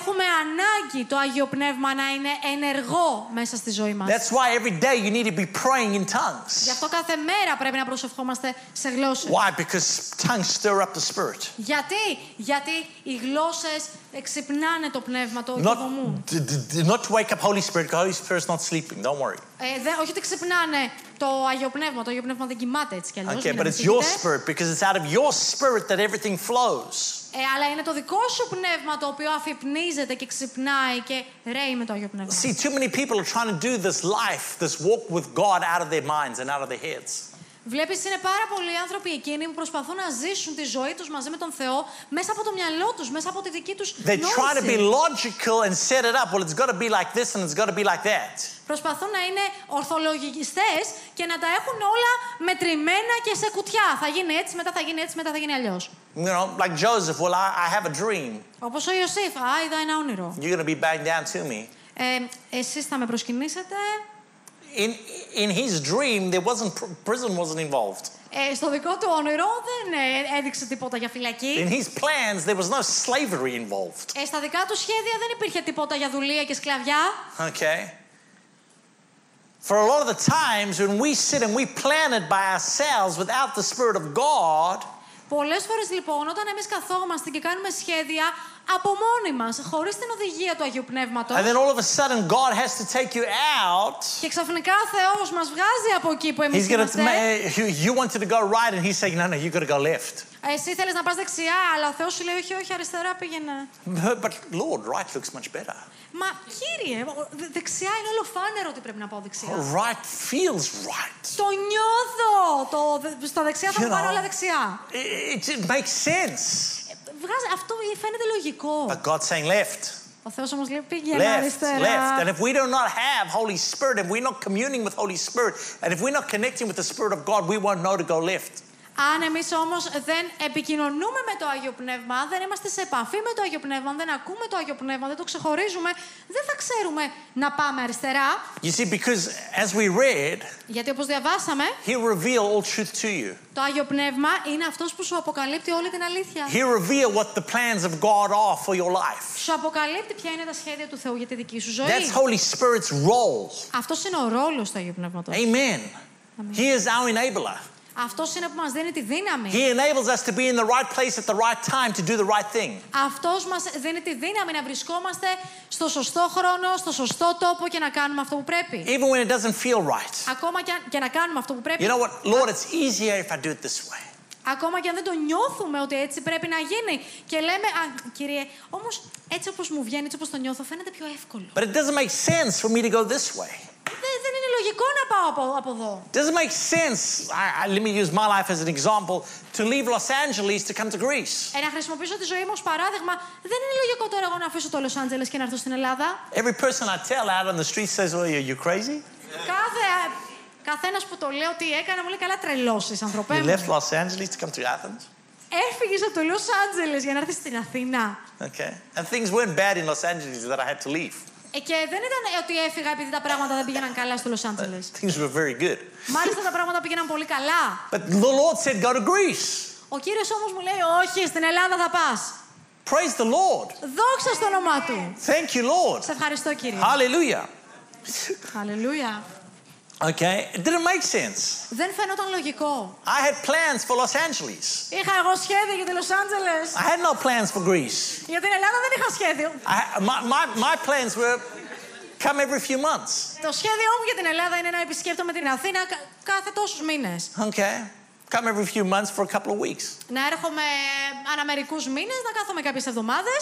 Speaker 2: Έχουμε ανάggη το Άγιο Πνεύμα να είναι ενεργό μέσα στη ζωή μας.
Speaker 1: That's why every day you need to be praying in
Speaker 2: Γι'
Speaker 1: tongues.
Speaker 2: αυτό κάθε μέρα πρέπει να προσευχόμαστε σε γλώσσες.
Speaker 1: Why? Because tongues stir up the spirit.
Speaker 2: Γιατί? Γιατί οι γλώσσες εξυπνάνε το πνεύμα, το οικοδομούν.
Speaker 1: Not, d- d- d- not to wake up Holy Spirit. 'cause Holy Spirit's not sleeping. Don't worry.
Speaker 2: Ε, δε- όχι ότι ξυπνάνε το Άγιο Πνεύμα. Το Άγιο Πνεύμα δεν κοιμάται έτσι κι αλλιώς.
Speaker 1: Okay,
Speaker 2: μην
Speaker 1: but it's your
Speaker 2: ανησυχείτε.
Speaker 1: spirit because it's out of your spirit that everything flows.
Speaker 2: Ε, αλλά είναι το δικό σου πνεύμα το οποίο αφυπνίζεται και ξυπνάει και ρέει με το Άγιο Πνεύμα.
Speaker 1: See, too many people are trying to do this life, this walk with God out of their minds and out of their heads.
Speaker 2: Βλέπεις, είναι πάρα πολλοί άνθρωποι εκείνοι που προσπαθούν να ζήσουν τη ζωή τους μαζί με τον Θεό μέσα από το μυαλό τους, μέσα από τη δική τους
Speaker 1: They try to be
Speaker 2: νόηση.
Speaker 1: logical and set it up. Well, it's got to be like this and it's got to be like that.
Speaker 2: Προσπαθούν να είναι ορθολογιστές και να τα έχουν όλα μετρημένα και σε κουτιά. Θα γίνει έτσι, μετά θα γίνει έτσι, μετά θα γίνει αλλιώς.
Speaker 1: You know, like Joseph, well, I, I have a dream.
Speaker 2: Όπως ο Ιωσήφ, Α, είδα ένα όνειρο.
Speaker 1: You're going to be banged down to me.
Speaker 2: Ε, Εσείς θα με προσκυνήσετε.
Speaker 1: In, in his dream, there wasn't pr- prison wasn't involved.
Speaker 2: Ε, στο δικό του όνειρο δεν ε, έδειξε τίποτα για
Speaker 1: In
Speaker 2: φυλακή.
Speaker 1: his plans, there was no slavery involved.
Speaker 2: Ε, στα δικά του σχέδια δεν υπήρχε τίποτα για δουλεία και σκλαβιά.
Speaker 1: Okay? For a lot of the times when we sit and we plan it by ourselves without the Spirit of God,
Speaker 2: Πολλές φορές λοιπόν, όταν εμείς καθόμαστε και κάνουμε σχέδια από μόνοι μας, χωρίς την οδηγία του Αγίου Πνεύματος,
Speaker 1: and then all of a sudden God has to take you out,
Speaker 2: και ξαφνικά ο Θεός μας βγάζει από εκεί που εμείς
Speaker 1: He's going
Speaker 2: είμαστε.
Speaker 1: to, you you wanted to go right, and He's saying, no, no, you've got to go left.
Speaker 2: ε, Εσύ θέλεις να πας δεξιά, αλλά ο Θεός σου λέει: Όχι, όχι, αριστερά πήγαινε.
Speaker 1: But, but Lord, right looks much better.
Speaker 2: Μα κύριε, ο- δε- δεξιά είναι όλο φάνερο ότι πρέπει να πάω δεξιά.
Speaker 1: Right feels right.
Speaker 2: Το νιώθω! Το, δε- στα δεξιά θα
Speaker 1: You
Speaker 2: μου πάρω
Speaker 1: know.
Speaker 2: όλα δεξιά.
Speaker 1: It, it makes sense.
Speaker 2: Ε, Βγάζει, αυτό φαίνεται λογικό.
Speaker 1: But God's saying left.
Speaker 2: Ο Θεός όμως λέει: Πήγαινε
Speaker 1: left,
Speaker 2: αριστερά.
Speaker 1: left. And if we do not have Holy Spirit, if we're not communing with Holy Spirit, and if we're not connecting with the Spirit of God, we won't know to go left.
Speaker 2: Αν εμείς όμως δεν επικοινωνούμε με το Άγιο Πνεύμα, αν δεν είμαστε σε επαφή με το Άγιο Πνεύμα, αν δεν ακούμε το Άγιο Πνεύμα, δεν το ξεχωρίζουμε, δεν θα ξέρουμε να πάμε αριστερά.
Speaker 1: You see, because as we read,
Speaker 2: Γιατί όπως διαβάσαμε,
Speaker 1: He'll reveal all truth to you.
Speaker 2: το Άγιο Πνεύμα είναι αυτός που σου αποκαλύπτει όλη την αλήθεια.
Speaker 1: He'll reveal what the plans of God are for your life.
Speaker 2: Σου αποκαλύπτει ποια είναι τα σχέδια του Θεού για τη δική σου ζωή.
Speaker 1: That's Holy Spirit's role.
Speaker 2: Αυτός είναι ο ρόλος του Αγίου Πνεύματος.
Speaker 1: Amen. He is our enabler.
Speaker 2: Αυτός είναι που μας δίνει τη δύναμη.
Speaker 1: He enables us to be in the right place at the right time to do the right thing.
Speaker 2: Αυτός μας δίνει τη δύναμη να βρισκόμαστε στο σωστό χρόνο, στο σωστό τόπο και να κάνουμε αυτό που πρέπει.
Speaker 1: Even when it doesn't feel right.
Speaker 2: Ακόμα και, αν- και να κάνουμε αυτό που πρέπει.
Speaker 1: You know what? Lord, it's easier if I do it this way.
Speaker 2: Ακόμα και αν δεν το νιώθουμε ότι έτσι πρέπει να γίνει. Και λέμε, Α, κύριε, όμως έτσι όπως μου βγαίνει, έτσι όπως το νιώθω, φαίνεται πιο εύκολο.
Speaker 1: But it doesn't make sense for me to go this way.
Speaker 2: Δεν, δεν είναι λογικό να πάω από, από εδώ.
Speaker 1: Doesn't make sense. I, I- let me use my life as an example to leave Los Angeles to come to Greece.
Speaker 2: Ε, να χρησιμοποιήσω τη ζωή μου ως παράδειγμα, δεν είναι λογικό τώρα εγώ να αφήσω το Λο Άντζελε και να έρθω στην Ελλάδα.
Speaker 1: Every person I tell out on the street says, "Oh, are you crazy?
Speaker 2: Κάθε. Καθένας που το λέω τι έκανα, μου λέει καλά τρελώσεις, ανθρωπέ.
Speaker 1: You
Speaker 2: μου.
Speaker 1: left Los Angeles to come to Athens."
Speaker 2: Έφυγες από το Λο Άντζελε για να έρθεις στην Αθήνα.
Speaker 1: Okay. And things weren't bad in Los Angeles that I had to leave.
Speaker 2: Ε, και δεν ήταν ε, ότι έφυγα επειδή τα πράγματα δεν πήγαιναν καλά στο Λο Άντζελε.
Speaker 1: Things were very good.
Speaker 2: Μάλιστα τα πράγματα πήγαιναν πολύ καλά.
Speaker 1: But the Lord said, "Go to Greece."
Speaker 2: Ο κύριος όμως μου λέει όχι, στην Ελλάδα θα πας.
Speaker 1: Praise the Lord.
Speaker 2: Δόξα στο όνομά του.
Speaker 1: Thank you, Lord.
Speaker 2: Σε ευχαριστώ κύριε.
Speaker 1: Hallelujah.
Speaker 2: Αλληλούια.
Speaker 1: Okay. It didn't make sense.
Speaker 2: Δεν φαινόταν λογικό.
Speaker 1: I had plans for Los Angeles.
Speaker 2: Είχα εγώ σχέδιο για τη Λος Άντζελες.
Speaker 1: I had no plans for Greece.
Speaker 2: Για την Ελλάδα δεν είχα σχέδιο.
Speaker 1: I, my, my, my plans were come every few months.
Speaker 2: Το σχέδιό μου για την Ελλάδα είναι να επισκέπτομαι την Αθήνα κα- κάθε τόσους μήνες.
Speaker 1: Okay. Come every few months for a couple of weeks.
Speaker 2: Να έρχομαι ε, ανά μερικούς μήνες, να κάθομαι κάποιες εβδομάδες.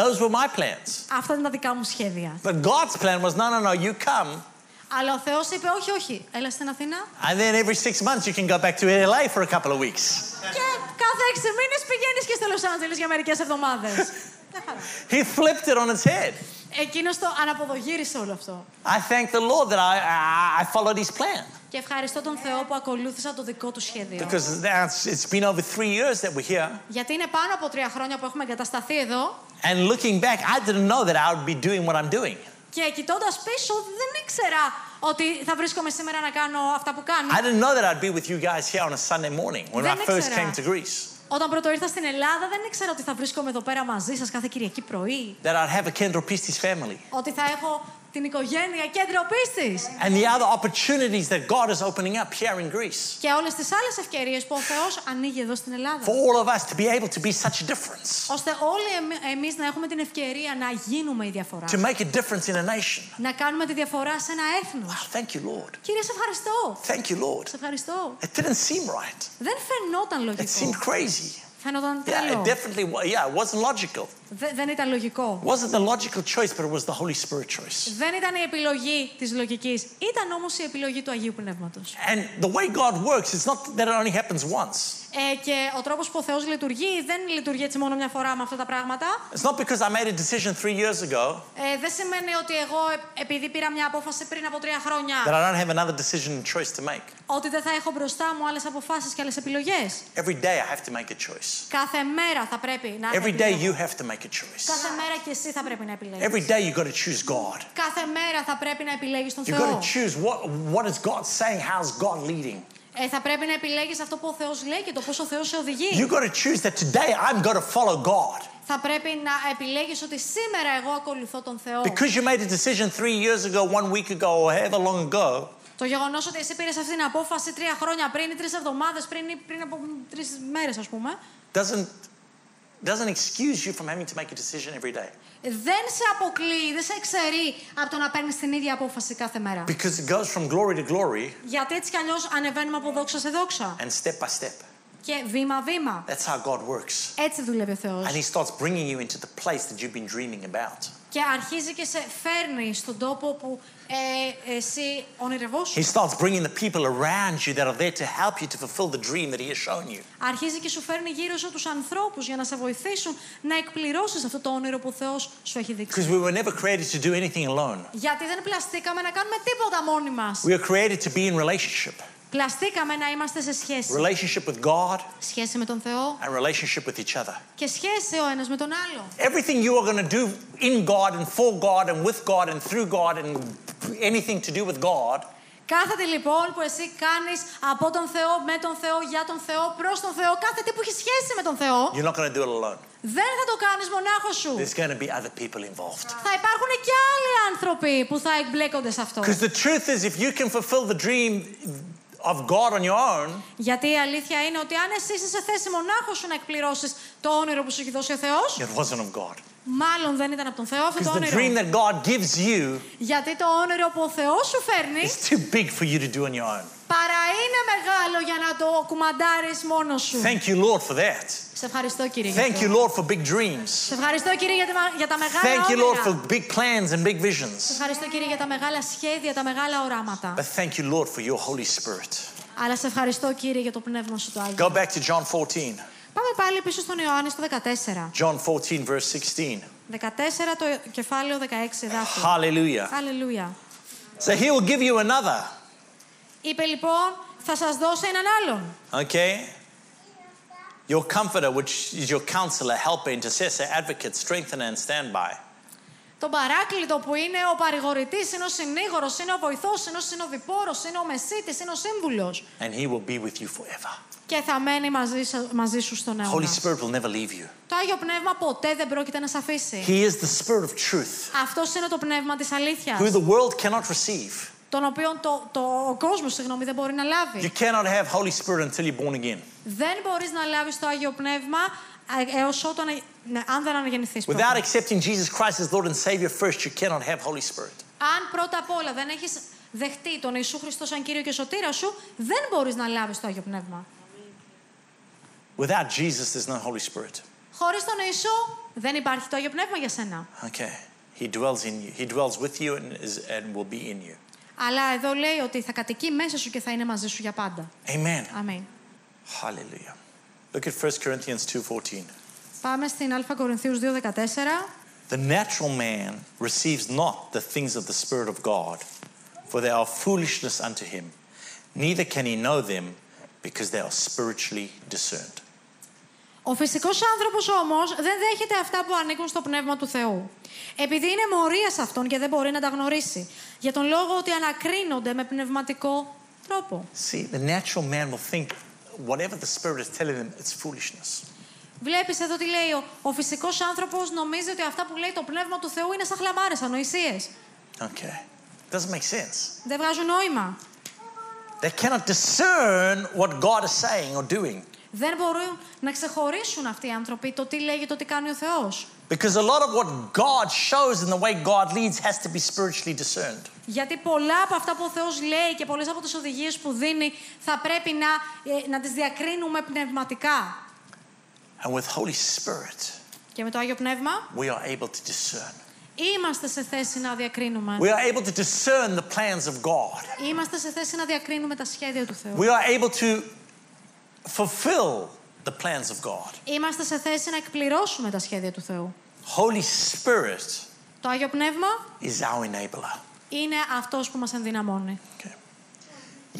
Speaker 1: Those were my plans.
Speaker 2: Αυτά ήταν τα δικά μου σχέδια.
Speaker 1: But God's plan was no, no, no, you come,
Speaker 2: Αλλά ο Θεός είπε όχι, όχι, έλα στην Αθήνα.
Speaker 1: and then every six months you can go back to LA for a couple of weeks.
Speaker 2: Και κάθε έξι μήνες πηγαίνεις και στο Λος Άντζελες για μερικές εβδομάδες. Μια χαρά.
Speaker 1: He flipped it on its head.
Speaker 2: Εκείνος το αναποδογύρισε όλο αυτό.
Speaker 1: I thank the Lord that I, I, I followed his plan
Speaker 2: Και ευχαριστώ τον Θεό που ακολούθησα το δικό του σχέδιο.
Speaker 1: because now it's, it's been over three years that we're here.
Speaker 2: Γιατί είναι πάνω από τρία χρόνια που έχουμε εγκατασταθεί εδώ
Speaker 1: And looking back, I didn't know that I would be doing what I'm doing.
Speaker 2: και κοιτώντας πίσω, δεν ήξερα ότι θα βρίσκομαι σήμερα να κάνω αυτά που κάνω.
Speaker 1: I didn't know that I'd be with you guys here on a Sunday morning when I
Speaker 2: Δεν
Speaker 1: first
Speaker 2: ήξερα.
Speaker 1: came to Greece.
Speaker 2: Όταν πρώτο ήρθα στην Ελλάδα, δεν ήξερα ότι θα βρίσκομαι εδώ πέρα μαζί σας κάθε Κυριακή πρωί.
Speaker 1: that I'd have a Kendall Pistis family
Speaker 2: Ότι θα έχω την οικογένεια κέντρο πίστη.
Speaker 1: and the other opportunities that God is opening up here in Greece
Speaker 2: Και όλες τις άλλες ευκαιρίες που ο Θεός ανοίγει εδώ στην
Speaker 1: for
Speaker 2: Ελλάδα.
Speaker 1: all of us to be able to be such a difference,
Speaker 2: ώστε όλοι εμείς να έχουμε την ευκαιρία να γίνουμε η διαφορά.
Speaker 1: to make a difference in a nation.
Speaker 2: Να κάνουμε τη διαφορά σε ένα έθνος.
Speaker 1: Wow, thank you, Lord.
Speaker 2: Κύριε, σε ευχαριστώ.
Speaker 1: Thank you, Lord.
Speaker 2: Σε ευχαριστώ.
Speaker 1: It didn't seem right.
Speaker 2: Δεν φαινόταν
Speaker 1: It
Speaker 2: λογικό.
Speaker 1: seemed crazy.
Speaker 2: φαίνονταν
Speaker 1: Yeah,
Speaker 2: τρελό.
Speaker 1: it definitely, wa- yeah, it wasn't logical.
Speaker 2: Δε- δεν ήταν λογικό.
Speaker 1: It wasn't the logical choice, but it was the Holy Spirit choice.
Speaker 2: Δεν ήταν η επιλογή της λογικής. Ήταν όμως η επιλογή του Αγίου Πνεύματος.
Speaker 1: And the way God works, it's not that it only happens once.
Speaker 2: Ε, και ο τρόπος που ο Θεός λειτουργεί δεν λειτουργεί έτσι μόνο μια φορά με αυτά τα πράγματα.
Speaker 1: It's not because I made a decision three years ago
Speaker 2: Ε, δεν σημαίνει ότι εγώ, ε, επειδή πήρα μια απόφαση πριν από τρία
Speaker 1: that
Speaker 2: χρόνια,
Speaker 1: I don't have another decision and choice to make.
Speaker 2: ότι δεν θα έχω μπροστά μου άλλες αποφάσεις και άλλες επιλογές.
Speaker 1: Every day I have to make a choice.
Speaker 2: Κάθε μέρα θα πρέπει να
Speaker 1: Every day
Speaker 2: επιλέγω.
Speaker 1: you have to make a choice.
Speaker 2: Κάθε μέρα και εσύ θα πρέπει να επιλέγεις.
Speaker 1: Every day you got to choose God.
Speaker 2: Κάθε μέρα θα πρέπει να επιλέγεις τον
Speaker 1: You
Speaker 2: Θεό.
Speaker 1: got to choose what what is God saying? How's God leading?
Speaker 2: Ε, θα πρέπει να επιλέγεις αυτό που ο Θεός λέει και το πώς ο Θεός σε οδηγεί.
Speaker 1: You got to choose that today I'm going to follow God.
Speaker 2: Θα πρέπει να επιλέγεις ότι σήμερα εγώ ακολουθώ τον Θεό.
Speaker 1: Because you made a decision three years ago, one week ago, or however long ago,
Speaker 2: Το γεγονός ότι εσύ πήρες αυτή την απόφαση τρία χρόνια πριν ή τρεις εβδομάδες πριν ή πριν από τρεις μέρες ας πούμε,
Speaker 1: doesn't doesn't excuse you from having to make a decision every day.
Speaker 2: δεν σε αποκλείει, δεν σε εξαιρεί από το να παίρνεις την ίδια απόφαση κάθε μέρα.
Speaker 1: Because it goes from glory to glory
Speaker 2: Γιατί έτσι κι αλλιώς ανεβαίνουμε από δόξα σε δόξα
Speaker 1: and step by step.
Speaker 2: και βήμα-βήμα.
Speaker 1: That's how God works.
Speaker 2: Έτσι δουλεύει ο Θεός.
Speaker 1: And He starts bringing you into the place that you've been dreaming about.
Speaker 2: Και αρχίζει και σε φέρνει στον τόπο που ε, εσύ ονειρευόσου.
Speaker 1: He starts bringing the people around you that are there to help you to fulfill the dream that He has shown you.
Speaker 2: Αρχίζει και σου φέρνει γύρω σου τους ανθρώπους για να σε βοηθήσουν να εκπληρώσεις αυτό το όνειρο που ο Θεός σου έχει δείξει.
Speaker 1: Because we were never created to do anything alone.
Speaker 2: Γιατί δεν πλαστήκαμε να κάνουμε τίποτα μόνοι μας.
Speaker 1: We are created to be in relationship
Speaker 2: Πλαστήκαμε να είμαστε σε σχέση.
Speaker 1: relationship with God
Speaker 2: Σχέση με τον Θεό
Speaker 1: and relationship with each other.
Speaker 2: και σχέση ο ένας με τον άλλο.
Speaker 1: Everything you are going to do in God and for God and with God and through God and anything to do with God
Speaker 2: Κάθεται λοιπόν που εσύ κάνεις από τον Θεό, με τον Θεό, για τον Θεό, προς τον Θεό, κάθε τι που έχει σχέση με τον Θεό,
Speaker 1: You're not going to do it alone.
Speaker 2: δεν θα το κάνεις μονάχος σου.
Speaker 1: There's going to be other people involved.
Speaker 2: Θα υπάρχουν και άλλοι άνθρωποι που θα εκμπλέκονται σε αυτό.
Speaker 1: Because the truth is, if you can fulfill the dream of God on your own,
Speaker 2: Γιατί η αλήθεια είναι ότι αν εσύ είσαι σε θέση μονάχο σου να εκπληρώσεις το όνειρο που σου έχει δώσει ο Θεός,
Speaker 1: it wasn't of God.
Speaker 2: μάλλον δεν ήταν από τον Θεό αυτό το
Speaker 1: Because the dream
Speaker 2: όνειρο.
Speaker 1: that God gives you
Speaker 2: Γιατί το όνειρο που ο Θεός σου φέρνει
Speaker 1: is too big for you to do on your own.
Speaker 2: παρά είναι μεγάλο για να το κουμαντάρεις μόνος σου.
Speaker 1: Thank you, Lord, for that.
Speaker 2: Σε ευχαριστώ κύριε. για
Speaker 1: Thank
Speaker 2: αυτό.
Speaker 1: you, Lord, for big dreams.
Speaker 2: Σε ευχαριστώ κύριε για, τη μα- για τα μεγάλα
Speaker 1: Thank you, Lord,
Speaker 2: όνειρα.
Speaker 1: for big plans and big
Speaker 2: Σε
Speaker 1: visions.
Speaker 2: ευχαριστώ κύριε για τα μεγάλα σχέδια, τα μεγάλα οράματα.
Speaker 1: But thank you, Lord, for your Holy Spirit.
Speaker 2: Αλλά σε ευχαριστώ κύριε για το πνεύμα σου το Άγιο.
Speaker 1: Go back to John 14.
Speaker 2: Πάμε πάλι πίσω στον Ιωάννη στο 14.
Speaker 1: John 14, verse 16.
Speaker 2: 14 το κεφάλαιο 16 δάφιο.
Speaker 1: Hallelujah.
Speaker 2: Αλληλούια.
Speaker 1: So he will give you another.
Speaker 2: Είπε λοιπόν, θα σας δώσω έναν άλλον.
Speaker 1: Okay? Your comforter, which is your counselor, helper, intercessor, advocate, strengthener, and standby.
Speaker 2: Τον παράκλητο που είναι ο παρηγορητής, είναι ο συνήγορος, είναι ο βοηθός, είναι ο συνοδοιπόρος, είναι ο μεσίτης, είναι ο σύμβουλος.
Speaker 1: And he will be with you forever.
Speaker 2: Και θα μένει μαζί, σα- μαζί σου στον
Speaker 1: The Holy
Speaker 2: αιώνα.
Speaker 1: Spirit will never leave you.
Speaker 2: Το Άγιο Πνεύμα ποτέ δεν πρόκειται να σε αφήσει.
Speaker 1: He is the Spirit of truth,
Speaker 2: Αυτός είναι το πνεύμα της αλήθειας,
Speaker 1: who the world cannot receive.
Speaker 2: τον οποίο το, το, ο κόσμος συγγνώμη, δεν μπορεί να
Speaker 1: You
Speaker 2: λάβει.
Speaker 1: cannot have Holy Spirit until you're born again.
Speaker 2: Δεν μπορείς να λάβεις το Άγιο Πνεύμα ε, έως όταν, ε, ναι, αν δεν αναγεννηθείς. πρώτα.
Speaker 1: Without accepting Jesus Christ as Lord and Savior first, you cannot have Holy Spirit.
Speaker 2: Αν πρώτα απ' όλα δεν έχεις δεχτεί τον Ιησού Χριστό σαν Κύριο και Σωτήρα σου, δεν μπορείς να λάβεις το Άγιο Πνεύμα.
Speaker 1: Without Jesus, there's no Holy Spirit.
Speaker 2: Χωρίς τον Ιησού δεν υπάρχει το Άγιο Πνεύμα για σένα.
Speaker 1: Okay. He dwells in you. He dwells with you and, is, and will be in you.
Speaker 2: Αλλά εδώ λέει ότι θα κατοικεί μέσα σου και θα είναι μαζί σου για πάντα.
Speaker 1: Amen.
Speaker 2: Αμήν.
Speaker 1: Hallelujah. Look at 1 Corinthians 2:14.
Speaker 2: Πάμε στην Α Κορινθίους 2.14.
Speaker 1: The natural man receives not the things of the spirit of God, for they are foolishness unto him. Neither can he know them because they are spiritually discerned.
Speaker 2: Ο φυσικός άνθρωπος όμως δεν δέχεται αυτά που ανήκουν στο πνεύμα του Θεού. Επειδή είναι μορίας σε αυτόν και δεν μπορεί να τα γνωρίσει. Για τον λόγο ότι ανακρίνονται με πνευματικό τρόπο.
Speaker 1: See, the natural man will think whatever the spirit is telling him, it's foolishness.
Speaker 2: Βλέπεις εδώ τι λέει. Ο, ο φυσικός άνθρωπος νομίζει ότι αυτά που λέει το πνεύμα του Θεού είναι σαν χλαμάρες, ανοησίες.
Speaker 1: Okay. Doesn't make sense.
Speaker 2: Δεν βγάζουν νόημα.
Speaker 1: They cannot discern what God is saying or doing.
Speaker 2: Δεν μπορούν να ξεχωρίσουν αυτοί οι άνθρωποι το τι λέγει, το τι κάνει ο Θεός.
Speaker 1: Because a lot of what God shows and the way God leads has to be spiritually discerned.
Speaker 2: Γιατί πολλά από αυτά που ο Θεός λέει και πολλές από τις οδηγίες που δίνει θα πρέπει να, ε, να τις διακρίνουμε πνευματικά.
Speaker 1: And with Holy Spirit,
Speaker 2: Και με το Άγιο Πνεύμα
Speaker 1: we are able to discern.
Speaker 2: είμαστε σε θέση να διακρίνουμε.
Speaker 1: We are able to discern the plans of God.
Speaker 2: Είμαστε σε θέση να διακρίνουμε τα σχέδια του Θεού.
Speaker 1: We are able to fulfill the plans of God.
Speaker 2: Είμαστε σε θέση να εκπληρώσουμε τα σχέδια του Θεού.
Speaker 1: Holy Spirit
Speaker 2: Το Άγιο Πνεύμα
Speaker 1: is our enabler.
Speaker 2: είναι αυτός που μας ενδυναμώνει.
Speaker 1: Okay.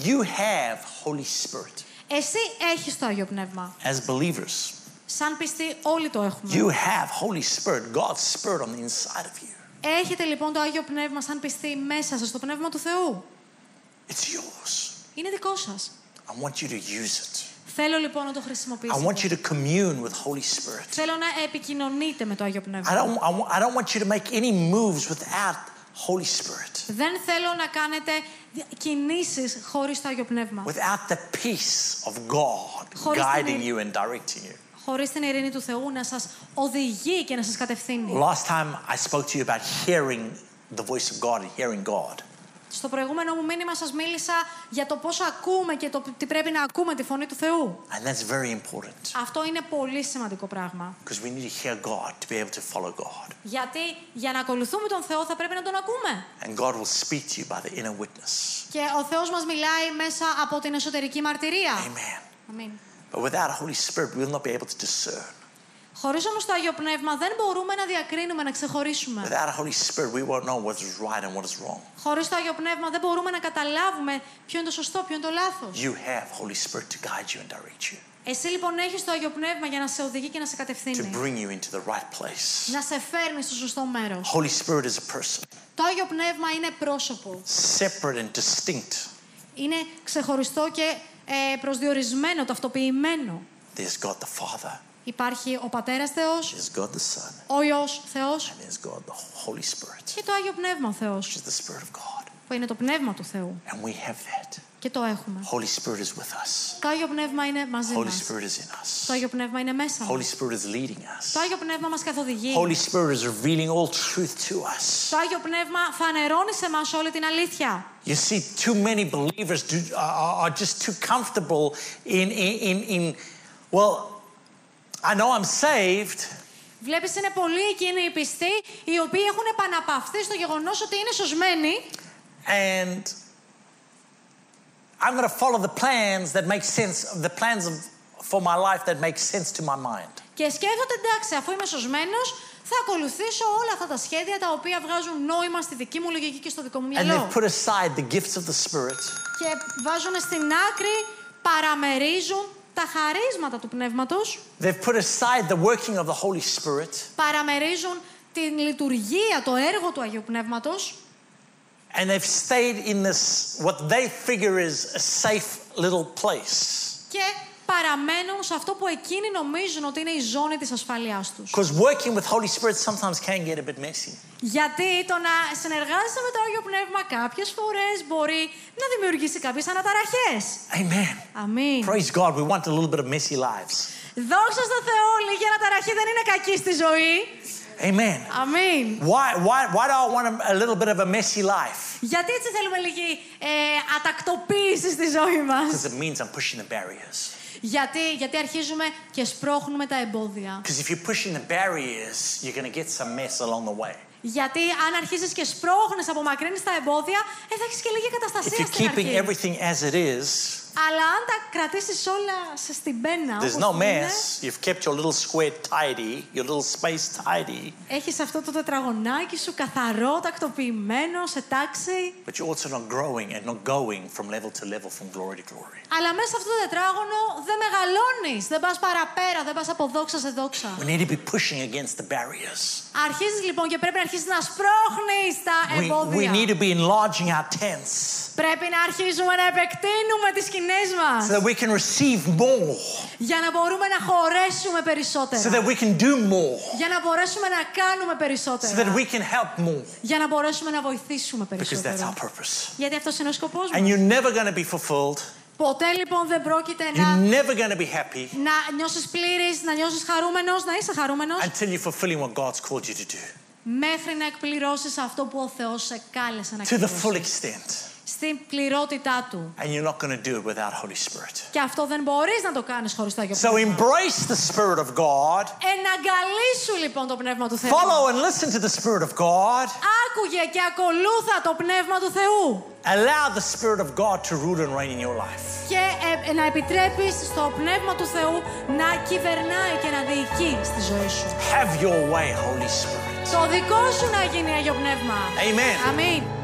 Speaker 1: You have Holy Spirit
Speaker 2: Εσύ έχεις το Άγιο Πνεύμα.
Speaker 1: as believers.
Speaker 2: Σαν πιστοί όλοι το έχουμε.
Speaker 1: You have Holy Spirit, God's Spirit on the inside of you.
Speaker 2: Έχετε λοιπόν το Άγιο Πνεύμα σαν πιστοί μέσα σας, το Πνεύμα του Θεού.
Speaker 1: It's yours.
Speaker 2: Είναι δικό σας.
Speaker 1: I want you to use
Speaker 2: Θέλω λοιπόν να το
Speaker 1: it. I
Speaker 2: χρησιμοποιήσετε.
Speaker 1: want you to commune with Holy Spirit.
Speaker 2: Θέλω να επικοινωνείτε με το Άγιο
Speaker 1: I
Speaker 2: Πνεύμα.
Speaker 1: don't, I, wa- I don't want you to make any moves without Holy Spirit,
Speaker 2: Δεν θέλω να κάνετε δια- κινήσεις χωρίς το Άγιο Πνεύμα.
Speaker 1: without the peace of God
Speaker 2: Holy
Speaker 1: guiding
Speaker 2: Spirit.
Speaker 1: you and directing you.
Speaker 2: Χωρίς την ειρήνη του Θεού να σας οδηγεί και να σας κατευθύνει.
Speaker 1: Last time I spoke to you about hearing the voice of God and hearing God.
Speaker 2: Στο προηγούμενο μου μήνυμα σας μίλησα για το πώς ακούμε και το τι πρέπει να ακούμε τη φωνή του Θεού.
Speaker 1: And that's very important
Speaker 2: Αυτό είναι πολύ σημαντικό πράγμα.
Speaker 1: because we need to hear God to be able to follow God.
Speaker 2: Γιατί για να ακολουθούμε τον Θεό θα πρέπει να τον ακούμε.
Speaker 1: And God will speak to you by the inner witness.
Speaker 2: Και ο Θεός μας μιλάει μέσα από την εσωτερική μαρτυρία.
Speaker 1: Amen.
Speaker 2: Αμήν.
Speaker 1: But without a Holy Spirit, we will not be able to discern.
Speaker 2: Χωρίς όμως το Άγιο Πνεύμα δεν μπορούμε να διακρίνουμε, να ξεχωρίσουμε.
Speaker 1: Without a Holy Spirit, we won't know what is right and what is wrong.
Speaker 2: Χωρίς το Άγιο Πνεύμα δεν μπορούμε να καταλάβουμε ποιο είναι το σωστό, ποιο είναι το λάθος.
Speaker 1: You have Holy Spirit to guide you and direct you,
Speaker 2: Εσύ λοιπόν έχεις το Άγιο Πνεύμα για να σε οδηγεί και να σε
Speaker 1: to
Speaker 2: κατευθύνει.
Speaker 1: bring you into the right place.
Speaker 2: Να σε φέρνει στο σωστό μέρος.
Speaker 1: Holy Spirit is a person,
Speaker 2: Το Άγιο Πνεύμα είναι πρόσωπο.
Speaker 1: separate and distinct.
Speaker 2: Είναι ξεχωριστό και ε, προσδιορισμένο, ταυτοποιημένο.
Speaker 1: There's God the Father,
Speaker 2: Υπάρχει ο Πατέρας Θεός,
Speaker 1: there's God the Son,
Speaker 2: ο Υιός Θεός
Speaker 1: and there's God the Holy Spirit.
Speaker 2: και το Άγιο Πνεύμα Θεός,
Speaker 1: which is the Spirit of God.
Speaker 2: που είναι το Πνεύμα του Θεού.
Speaker 1: And we have that.
Speaker 2: Και το έχουμε.
Speaker 1: Holy Spirit is with us.
Speaker 2: Το Άγιο Πνεύμα είναι μαζί
Speaker 1: Holy
Speaker 2: μας.
Speaker 1: Spirit is in us.
Speaker 2: Το Άγιο Πνεύμα είναι μέσα
Speaker 1: Holy
Speaker 2: μας.
Speaker 1: Spirit is leading us.
Speaker 2: Το Άγιο Πνεύμα μας καθοδηγεί.
Speaker 1: Holy Spirit is revealing all truth to us.
Speaker 2: Το Άγιο Πνεύμα φανερώνει σε μας όλη την αλήθεια.
Speaker 1: You see, too many believers do, are, are just too comfortable in, in, in, in, well, I know I'm saved,
Speaker 2: Βλέπεις είναι πολλοί εκείνοι οι πιστοί οι οποίοι έχουν επαναπαυθεί στο γεγονός ότι είναι σωσμένοι
Speaker 1: and I'm going to follow the plans that make sense, the plans of, for my life that make sense to my mind.
Speaker 2: και σκέφτονται εντάξει αφού είμαι σωσμένος θα ακολουθήσω όλα αυτά τα σχέδια τα οποία βγάζουν νόημα στη δική μου λογική και στο δικό μου
Speaker 1: And
Speaker 2: μυαλό.
Speaker 1: they've put aside the gifts of the Spirit.
Speaker 2: Και βάζουν στην άκρη, παραμερίζουν τα χαρίσματα του Πνεύματος,
Speaker 1: They've put aside the working of the Holy Spirit
Speaker 2: παραμερίζουν την λειτουργία, το έργο του Αγίου Πνεύματος
Speaker 1: and they've stayed in this, what they figure is a safe little place.
Speaker 2: και παραμένουν σε αυτό που εκείνοι νομίζουν ότι είναι η ζώνη της ασφαλείας τους.
Speaker 1: Because working with Holy Spirit sometimes can get a bit messy.
Speaker 2: Γιατί το να συνεργάζεσαι με το Άγιο Πνεύμα κάποιες φορές μπορεί να δημιουργήσει κάποιες αναταραχές.
Speaker 1: Amen.
Speaker 2: Αμήν.
Speaker 1: Praise God, we want a little bit of messy lives.
Speaker 2: Δόξα στο Θεό, λίγη αναταραχή δεν είναι κακή στη ζωή.
Speaker 1: Amen.
Speaker 2: Αμήν.
Speaker 1: Why, why, why do I want a, a little bit of a messy life?
Speaker 2: Γιατί έτσι θέλουμε λίγη ε, ατακτοποίηση στη ζωή μας.
Speaker 1: Because it means I'm pushing the barriers.
Speaker 2: Γιατί, γιατί αρχίζουμε και σπρώχνουμε τα εμπόδια.
Speaker 1: Because if you're pushing the barriers, you're going to get some mess along the way.
Speaker 2: Γιατί αν αρχίζεις και σπρώχνεις, απομακρύνεις τα εμπόδια, ε, θα έχεις και λίγη
Speaker 1: If
Speaker 2: καταστασία
Speaker 1: you're
Speaker 2: στην
Speaker 1: keeping
Speaker 2: αρχή.
Speaker 1: everything as it is,
Speaker 2: Αλλά αν τα κρατήσεις όλα σε στην πένα, όπως
Speaker 1: there's no
Speaker 2: είναι,
Speaker 1: mess. You've kept your little square tidy, your little space tidy.
Speaker 2: έχεις αυτό το τετραγωνάκι σου καθαρό, τακτοποιημένο, σε τάξη.
Speaker 1: But you're also not growing and not going from level to level, from glory to glory.
Speaker 2: Αλλά μέσα σε αυτό το τετράγωνο δεν μεγαλώνεις, δεν πας παραπέρα, δεν πας από δόξα σε δόξα.
Speaker 1: We need to be pushing against the barriers.
Speaker 2: Αρχίζεις λοιπόν και πρέπει να αρχίσεις να σπρώχνεις τα
Speaker 1: We, we
Speaker 2: εμπόδια.
Speaker 1: need to be enlarging our tents
Speaker 2: Πρέπει να αρχίζουμε να επεκτείνουμε τις σκηνές μας
Speaker 1: so that we can receive more,
Speaker 2: για να μπορούμε να χωρέσουμε
Speaker 1: so
Speaker 2: περισσότερα.
Speaker 1: that we can do more,
Speaker 2: Για να μπορέσουμε να κάνουμε
Speaker 1: so that
Speaker 2: περισσότερα.
Speaker 1: we can help more.
Speaker 2: Για να μπορέσουμε να βοηθήσουμε
Speaker 1: Because that's our
Speaker 2: περισσότερα.
Speaker 1: purpose.
Speaker 2: Γιατί αυτός είναι ο σκοπός
Speaker 1: And
Speaker 2: μας.
Speaker 1: you're never going to be fulfilled.
Speaker 2: Ποτέ λοιπόν δεν πρόκειται
Speaker 1: You're
Speaker 2: να,
Speaker 1: never going to be happy
Speaker 2: να νιώσεις πλήρης, να νιώσεις χαρούμενος, να είσαι χαρούμενος,
Speaker 1: until you're fulfilling what God's called you to do
Speaker 2: μέχρι να εκπληρώσεις αυτό που ο Θεός σε κάλεσε να
Speaker 1: to the
Speaker 2: εκπληρώσει.
Speaker 1: full extent.
Speaker 2: στην πληρότητά του.
Speaker 1: And you're not going to do it without Holy Spirit.
Speaker 2: Και αυτό δεν μπορείς να το κάνεις χωρίς το Άγιο
Speaker 1: So
Speaker 2: Πνεύμα.
Speaker 1: embrace the Spirit of God.
Speaker 2: Εναγκαλίσου λοιπόν το Πνεύμα του Θεού.
Speaker 1: Follow and listen to the Spirit of God.
Speaker 2: Άκουγε και ακολούθα το Πνεύμα του Θεού.
Speaker 1: Allow the Spirit of God to rule and reign in your life.
Speaker 2: Και ε, να επιτρέπεις στο Πνεύμα του Θεού να κυβερνάει και να διοικεί στη ζωή σου.
Speaker 1: Have your way, Holy Spirit.
Speaker 2: Το δικό σου να γίνει Άγιο Πνεύμα.
Speaker 1: Amen.
Speaker 2: Αμήν.